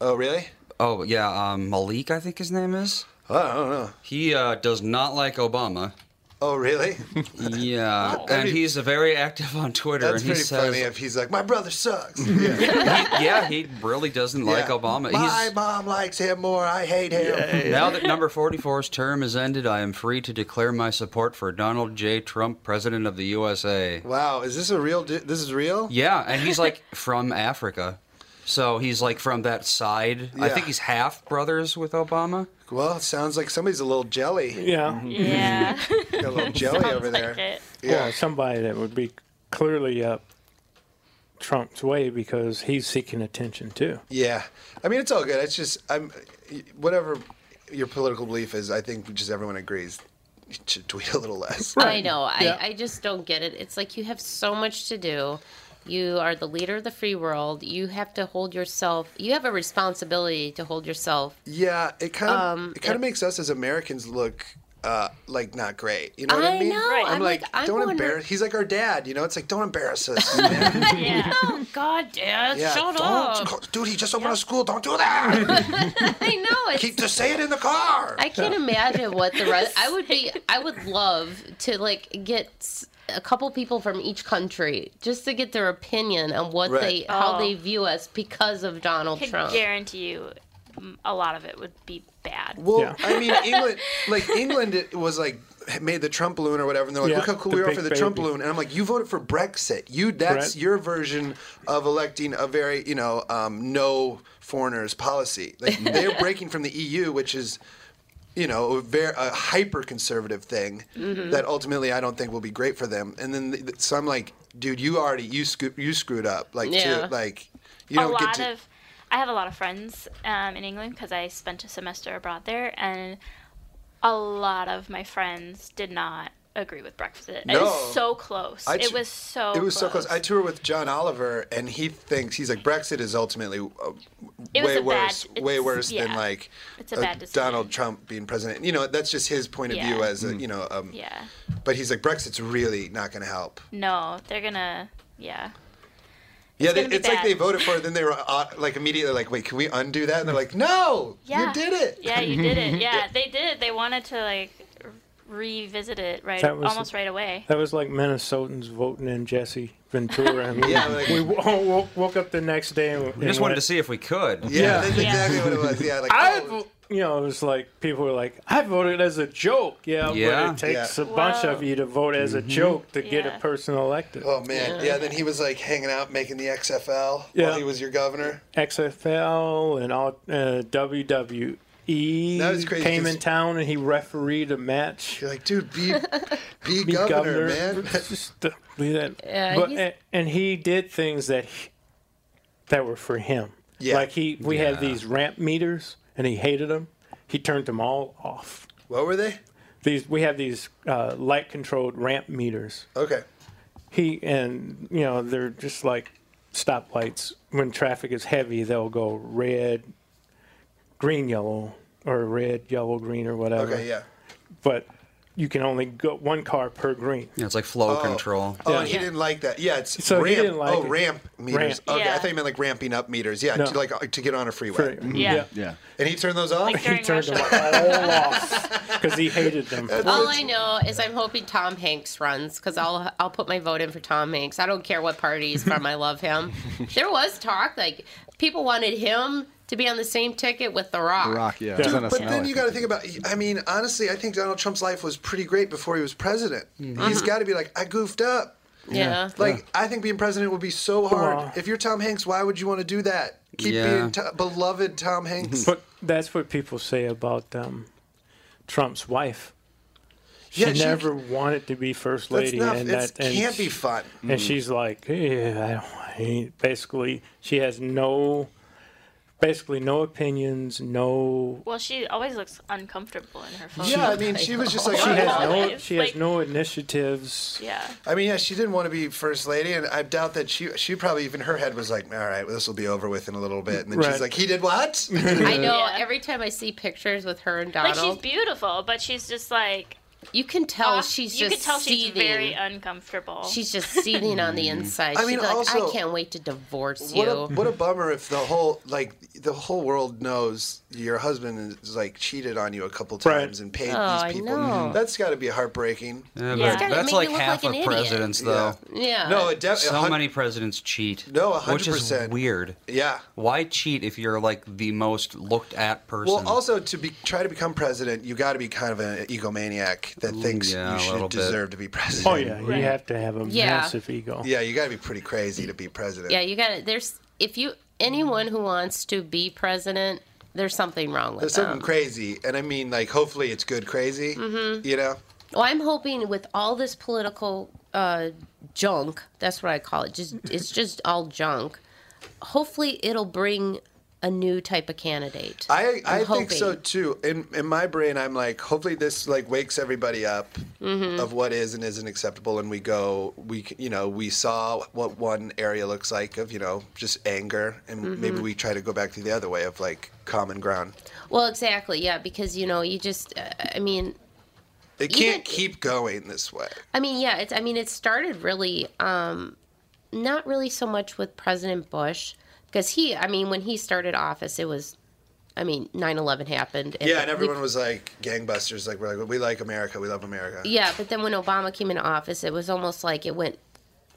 [SPEAKER 2] Oh, really?
[SPEAKER 7] Oh, yeah. Um, Malik, I think his name is.
[SPEAKER 2] Oh, I don't know.
[SPEAKER 7] He uh, does not like Obama.
[SPEAKER 2] Oh, really?
[SPEAKER 7] Yeah. and
[SPEAKER 2] pretty-
[SPEAKER 7] he's very active on Twitter.
[SPEAKER 2] That's
[SPEAKER 7] and he
[SPEAKER 2] pretty
[SPEAKER 7] says,
[SPEAKER 2] funny if he's like, my brother sucks.
[SPEAKER 7] yeah, he really doesn't like
[SPEAKER 2] Yeah.
[SPEAKER 7] Obama.
[SPEAKER 2] My
[SPEAKER 7] He's,
[SPEAKER 2] mom likes him more. I hate him.
[SPEAKER 7] Now that number 44's term is ended, I am free to declare my support for Donald J. Trump, President of the USA.
[SPEAKER 2] Wow, is this a real? di- This is real?
[SPEAKER 7] Yeah, and he's like from Africa. So he's like from that side. I
[SPEAKER 2] Yeah.
[SPEAKER 7] think he's half brothers with Obama.
[SPEAKER 2] Well, it sounds like somebody's a little jelly.
[SPEAKER 9] Yeah.
[SPEAKER 8] Mm-hmm. Yeah.
[SPEAKER 2] Got a little jelly over there.
[SPEAKER 9] Yeah.
[SPEAKER 2] Yeah.
[SPEAKER 9] Or somebody that would be clearly up Trump's way because he's seeking attention too.
[SPEAKER 2] Yeah, I mean, it's all good. It's just I'm whatever your political belief is. I think just everyone agrees you should tweet a little less.
[SPEAKER 1] I know.
[SPEAKER 2] Yeah.
[SPEAKER 1] I, I just don't get it. It's like you have so much to do. You are the leader of the free world. You have to hold yourself. You have a responsibility to hold yourself.
[SPEAKER 2] Yeah, it kind of
[SPEAKER 1] Um,
[SPEAKER 2] it kind
[SPEAKER 1] it-
[SPEAKER 2] of makes us as Americans look uh, like not great. You know what I,
[SPEAKER 1] I
[SPEAKER 2] mean?
[SPEAKER 1] know. Right.
[SPEAKER 2] I'm,
[SPEAKER 1] I'm
[SPEAKER 2] like,
[SPEAKER 1] like, I'm
[SPEAKER 2] don't
[SPEAKER 1] wonder-
[SPEAKER 2] embarrass. He's like our dad. You know, it's like don't embarrass us. man.
[SPEAKER 1] Oh God, Dad,
[SPEAKER 2] Yeah,
[SPEAKER 1] shut
[SPEAKER 2] don't-
[SPEAKER 1] up!
[SPEAKER 2] dude, he just opened a school. Don't do that.
[SPEAKER 1] I know. It's,
[SPEAKER 2] Keep just say it in the car.
[SPEAKER 1] I can't imagine what the rest. I would be. I would love to like get s- a couple people from each country just to get their opinion on what they
[SPEAKER 8] Right.
[SPEAKER 1] how
[SPEAKER 8] Oh.
[SPEAKER 1] they view us because of Donald
[SPEAKER 8] could
[SPEAKER 1] Trump.
[SPEAKER 8] guarantee you, mm, a lot of it would be bad.
[SPEAKER 2] Well, I mean, England, like England, it was like made the Trump balloon or whatever, and they're like,
[SPEAKER 9] Yeah,
[SPEAKER 2] look how cool
[SPEAKER 9] the
[SPEAKER 2] we are
[SPEAKER 9] big
[SPEAKER 2] for the Trump
[SPEAKER 9] baby.
[SPEAKER 2] balloon, and I'm like, you voted for Brexit. You that's
[SPEAKER 9] Brett.
[SPEAKER 2] your version of electing a very you know um, no foreigners policy. Like they're breaking from the EU, which is. You know, a, very, a hyper conservative thing
[SPEAKER 8] Mm-hmm.
[SPEAKER 10] Mhm.
[SPEAKER 2] that ultimately I don't think will be great for them. And then, the, so I'm like, dude, you already you screwed you screwed up. Like, to,
[SPEAKER 8] Yeah.
[SPEAKER 2] like you don't
[SPEAKER 8] a lot
[SPEAKER 2] get to.
[SPEAKER 8] of I have a lot of friends um, in England because I spent a semester abroad there, and a lot of my friends did not agree with Brexit. It
[SPEAKER 2] No.
[SPEAKER 8] was so close.
[SPEAKER 2] I
[SPEAKER 8] it
[SPEAKER 2] t-
[SPEAKER 8] was so.
[SPEAKER 2] it was so close. I toured with John Oliver, and he thinks he's like Brexit is ultimately uh,
[SPEAKER 8] It was
[SPEAKER 2] way
[SPEAKER 8] a bad-
[SPEAKER 2] worse, way
[SPEAKER 8] it's-
[SPEAKER 2] worse than
[SPEAKER 8] yeah.
[SPEAKER 2] like
[SPEAKER 8] It's a
[SPEAKER 2] uh,
[SPEAKER 8] bad decision.
[SPEAKER 2] Donald Trump being president. You know, that's just his point of
[SPEAKER 8] Yeah.
[SPEAKER 2] view as a, you know. Um,
[SPEAKER 8] Yeah.
[SPEAKER 2] But he's like Brexit's really not going to help.
[SPEAKER 8] No, they're gonna. Yeah.
[SPEAKER 2] yeah, they,
[SPEAKER 8] gonna be
[SPEAKER 2] it's like
[SPEAKER 8] bad.
[SPEAKER 2] they voted for it, then they were uh, like immediately like, wait, can we undo that? And they're like, no,
[SPEAKER 8] Yeah.
[SPEAKER 2] you did it.
[SPEAKER 8] Yeah, you did it. Yeah, they did. They wanted to like r- revisit it right
[SPEAKER 9] That was-
[SPEAKER 8] almost right away.
[SPEAKER 9] That was like Minnesotans voting in Jesse Ventura. And
[SPEAKER 2] Yeah, like-
[SPEAKER 9] we w- all woke, woke up the next day and
[SPEAKER 7] We just wanted to see if we could.
[SPEAKER 2] what it was. Yeah, like oh,
[SPEAKER 9] I, vo- you know, it was like people were like, "I voted as a joke." Yeah,
[SPEAKER 2] Yeah.
[SPEAKER 9] but it takes
[SPEAKER 2] Yeah.
[SPEAKER 9] a bunch
[SPEAKER 2] Whoa.
[SPEAKER 9] of you to vote as a
[SPEAKER 2] Mhm.
[SPEAKER 9] joke to get
[SPEAKER 2] Yeah.
[SPEAKER 9] a person elected.
[SPEAKER 2] Oh man, yeah. Then he was like hanging out, making the XFL
[SPEAKER 9] Yeah.
[SPEAKER 2] while he was your governor.
[SPEAKER 9] XFL and all uh, WWE
[SPEAKER 2] That was crazy
[SPEAKER 9] came
[SPEAKER 2] 'cause-
[SPEAKER 9] in town and he refereed a match.
[SPEAKER 2] You're like, dude, be be, governor, man.
[SPEAKER 9] Just don't do that.
[SPEAKER 1] Yeah,
[SPEAKER 9] but,
[SPEAKER 1] he's-
[SPEAKER 9] and, and he did things that he- that were for him.
[SPEAKER 2] Yeah.
[SPEAKER 9] Like he, we had
[SPEAKER 2] Yeah.
[SPEAKER 9] these ramp meters, and he hated them. He turned them all off.
[SPEAKER 2] What were they?
[SPEAKER 9] These we have these uh, light controlled ramp meters.
[SPEAKER 2] Okay.
[SPEAKER 9] He and you know they're just like stoplights. When traffic is heavy, they'll go red, green, yellow, or red, yellow, green, or whatever.
[SPEAKER 2] Okay, yeah.
[SPEAKER 9] But you can only go one car per green.
[SPEAKER 7] Yeah, it's like flow
[SPEAKER 2] Oh.
[SPEAKER 7] control.
[SPEAKER 2] Oh,
[SPEAKER 9] Yeah.
[SPEAKER 2] and he didn't like that. Yeah, it's
[SPEAKER 9] So he
[SPEAKER 2] ramp.
[SPEAKER 9] didn't like
[SPEAKER 2] oh,
[SPEAKER 9] it.
[SPEAKER 2] ramp meters.
[SPEAKER 9] Ramp.
[SPEAKER 2] Okay, I
[SPEAKER 8] Yeah.
[SPEAKER 2] thought you meant like ramping up meters. Yeah,
[SPEAKER 9] No.
[SPEAKER 2] to, like to get on a freeway.
[SPEAKER 9] For-
[SPEAKER 8] Yeah.
[SPEAKER 6] Yeah.
[SPEAKER 2] And he turned those off.
[SPEAKER 8] Like
[SPEAKER 9] He
[SPEAKER 8] during
[SPEAKER 9] turned
[SPEAKER 8] rush
[SPEAKER 9] them
[SPEAKER 8] hour.
[SPEAKER 9] all off because he hated them.
[SPEAKER 1] All I know is I'm hoping Tom Hanks runs because I'll I'll put my vote in for Tom Hanks. I don't care what party he's from. I love him. There was talk like people wanted him to be on the same ticket with The Rock.
[SPEAKER 10] The Rock, yeah.
[SPEAKER 9] Dude,
[SPEAKER 10] Send us
[SPEAKER 2] But
[SPEAKER 10] an
[SPEAKER 2] then
[SPEAKER 10] hour.
[SPEAKER 2] you got to think about. I mean, honestly, I think Donald Trump's life was pretty great before he was president.
[SPEAKER 9] Mm-hmm.
[SPEAKER 2] He's got to be like, I goofed up.
[SPEAKER 1] Yeah.
[SPEAKER 2] Like, I think being president would be so hard.
[SPEAKER 9] Aw.
[SPEAKER 2] If you're Tom Hanks, why would you want to do that? Keep
[SPEAKER 7] Yeah.
[SPEAKER 2] being to- beloved Tom Hanks.
[SPEAKER 9] But that's what people say about um, Trump's wife. She
[SPEAKER 2] Yeah, she-
[SPEAKER 9] never wanted to be first
[SPEAKER 2] That's
[SPEAKER 9] lady,
[SPEAKER 2] not.
[SPEAKER 9] and
[SPEAKER 2] It
[SPEAKER 9] that and
[SPEAKER 2] can't be fun.
[SPEAKER 9] And she's like, yeah, I don't. I basically, she has no, basically no opinions, no.
[SPEAKER 8] Well, she always looks uncomfortable in her photo.
[SPEAKER 2] Yeah, I mean, she was just like.
[SPEAKER 9] She
[SPEAKER 2] I-
[SPEAKER 9] has no.
[SPEAKER 8] Always,
[SPEAKER 9] She has
[SPEAKER 8] like-
[SPEAKER 9] no initiatives.
[SPEAKER 8] Yeah.
[SPEAKER 2] I mean, yeah, she didn't want to be first lady, and I doubt that she she probably even her head was like, all right, well, this will be over with in a little bit, and then she's
[SPEAKER 9] Right.
[SPEAKER 2] like, he did what?
[SPEAKER 1] I know.
[SPEAKER 8] Yeah.
[SPEAKER 1] Every time I see pictures with her and
[SPEAKER 8] Like
[SPEAKER 1] Donald,
[SPEAKER 8] she's beautiful, but she's just like
[SPEAKER 1] you can tell
[SPEAKER 8] off-
[SPEAKER 1] Oh, she's
[SPEAKER 8] you
[SPEAKER 1] just
[SPEAKER 8] could tell
[SPEAKER 1] seething.
[SPEAKER 8] she's very uncomfortable.
[SPEAKER 1] She's just seething on the inside.
[SPEAKER 2] I
[SPEAKER 1] She's
[SPEAKER 2] mean,
[SPEAKER 1] like,
[SPEAKER 2] also-
[SPEAKER 1] I can't wait to divorce
[SPEAKER 2] What
[SPEAKER 1] you.
[SPEAKER 2] a, what a bummer if the whole like the whole world knows your husband is like cheated on you a couple
[SPEAKER 9] Right.
[SPEAKER 2] times and paid
[SPEAKER 1] Oh, I
[SPEAKER 2] these people. Mm-hmm.
[SPEAKER 1] know.
[SPEAKER 2] That's got to be heartbreaking.
[SPEAKER 7] Yeah,
[SPEAKER 8] Yeah.
[SPEAKER 7] but
[SPEAKER 8] Gotta
[SPEAKER 7] that's
[SPEAKER 1] make
[SPEAKER 7] like
[SPEAKER 1] you look like
[SPEAKER 7] half
[SPEAKER 1] an
[SPEAKER 7] of
[SPEAKER 1] idiot.
[SPEAKER 7] presidents, though.
[SPEAKER 1] yeah.
[SPEAKER 2] No, it definitely.
[SPEAKER 7] So many presidents cheat.
[SPEAKER 2] No,
[SPEAKER 7] Which is
[SPEAKER 2] 100%.
[SPEAKER 7] weird.
[SPEAKER 2] Yeah.
[SPEAKER 7] Why cheat if you're like the most looked at person?
[SPEAKER 2] Well, also to be try to become president, you got to be kind of an egomaniac that thinks
[SPEAKER 7] yeah, a
[SPEAKER 2] you
[SPEAKER 7] little
[SPEAKER 2] should
[SPEAKER 7] bit.
[SPEAKER 2] deserve to be president.
[SPEAKER 9] Oh yeah,
[SPEAKER 8] Right.
[SPEAKER 9] you have to have a
[SPEAKER 1] Yeah.
[SPEAKER 9] massive ego.
[SPEAKER 2] Yeah, you got to be pretty crazy to be president.
[SPEAKER 1] Yeah, you got to There's if you anyone who wants to be president, there's something wrong with
[SPEAKER 2] There's
[SPEAKER 1] them.
[SPEAKER 2] something crazy, and I mean, like, hopefully it's good crazy. Mm-hmm. You know,
[SPEAKER 1] Well, I'm hoping with all this political uh, junk, that's what I call it. Just it's just all junk. Hopefully, it'll bring a new type of candidate.
[SPEAKER 2] I
[SPEAKER 1] I'm
[SPEAKER 2] I think so
[SPEAKER 1] hoping.
[SPEAKER 2] too. In in my brain, I'm like, hopefully this like wakes everybody up
[SPEAKER 1] Mm-hmm.
[SPEAKER 2] of what is and isn't acceptable, and we go, we c- you know, we saw what one area looks like of you know just anger, and maybe
[SPEAKER 1] Mm-hmm.
[SPEAKER 2] we try to go back to the other way of like common ground.
[SPEAKER 1] Well, exactly, yeah, because you know, you just, uh, I mean,
[SPEAKER 2] It
[SPEAKER 1] Even-
[SPEAKER 2] can't keep going this way.
[SPEAKER 1] I mean, yeah, it's. I mean, it started really, um, not really so much with President Bush, because he, I mean, when he started office, it was, I mean, 9-11 happened.
[SPEAKER 2] Yeah, and
[SPEAKER 1] we-
[SPEAKER 2] everyone was like gangbusters. Like we're like, we like America, we love America.
[SPEAKER 1] Yeah, but then when Obama came into office, it was almost like it went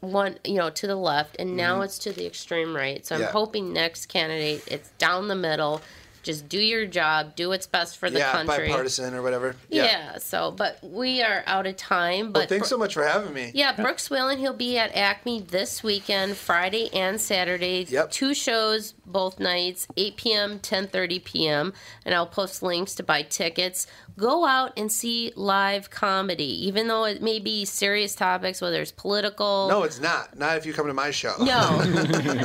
[SPEAKER 1] one, you know, to the left, and now it's to the extreme right. So I'm
[SPEAKER 2] Mm-hmm. Yeah.
[SPEAKER 1] hoping next candidate, it's down the middle. Just do your job, do what's best for the
[SPEAKER 2] yeah,
[SPEAKER 1] country.
[SPEAKER 2] bipartisan or whatever.
[SPEAKER 1] Yeah. So, but we are out of time. But
[SPEAKER 2] Well, thanks so much for having me.
[SPEAKER 1] yeah, Brooks Whalen, he'll be at Acme this weekend, Friday and Saturday.
[SPEAKER 2] Yep.
[SPEAKER 1] Two shows both nights, 8 p.m., 10.30 p.m. And I'll post links to buy tickets. Go out and see live comedy, even though it may be serious topics, whether it's political.
[SPEAKER 2] No, it's not. Not if you come to my show.
[SPEAKER 1] No.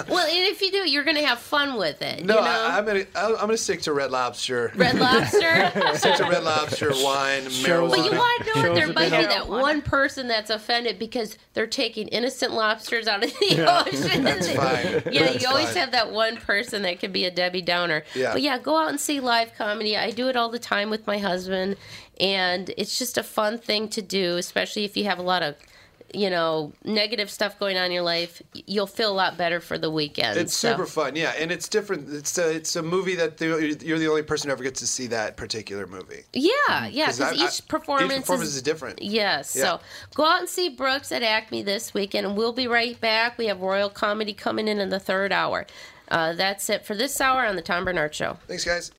[SPEAKER 1] well, and if you do, you're going to have fun with it.
[SPEAKER 2] No,
[SPEAKER 1] you know?
[SPEAKER 2] I, I'm gonna I'm I'm gonna stick to Red Lobster.
[SPEAKER 1] Red Lobster.
[SPEAKER 2] stick to Red Lobster wine, marijuana.
[SPEAKER 9] Shows
[SPEAKER 1] But you want to know what?
[SPEAKER 9] Shows
[SPEAKER 1] There
[SPEAKER 9] have
[SPEAKER 1] might
[SPEAKER 9] been
[SPEAKER 1] be
[SPEAKER 9] up.
[SPEAKER 1] that one person that's offended because they're taking innocent lobsters out of the
[SPEAKER 9] Yeah.
[SPEAKER 1] ocean.
[SPEAKER 2] That's fine.
[SPEAKER 1] Yeah,
[SPEAKER 2] That's
[SPEAKER 1] you always
[SPEAKER 2] fine.
[SPEAKER 1] have that one person that could be a Debbie Downer.
[SPEAKER 2] Yeah.
[SPEAKER 1] But yeah, go out and see live comedy. I do it all the time with my husband, and it's just a fun thing to do, especially if you have a lot of, you know, negative stuff going on in your life. You'll feel a lot better for the weekend.
[SPEAKER 2] It's
[SPEAKER 1] so.
[SPEAKER 2] super fun, yeah, and it's different. It's a it's a movie that the, you're the only person who ever gets to see that particular movie.
[SPEAKER 1] Yeah, yeah,
[SPEAKER 2] 'Cause I-
[SPEAKER 1] because
[SPEAKER 2] I-
[SPEAKER 1] each performance,
[SPEAKER 2] performance is different.
[SPEAKER 1] Yes.
[SPEAKER 2] Yeah.
[SPEAKER 1] So go out and see Brooks at Acme this weekend, and we'll be right back. We have Royal Comedy coming in in the third hour. Uh, that's it for this hour on the Tom Bernard Show.
[SPEAKER 2] Thanks, guys.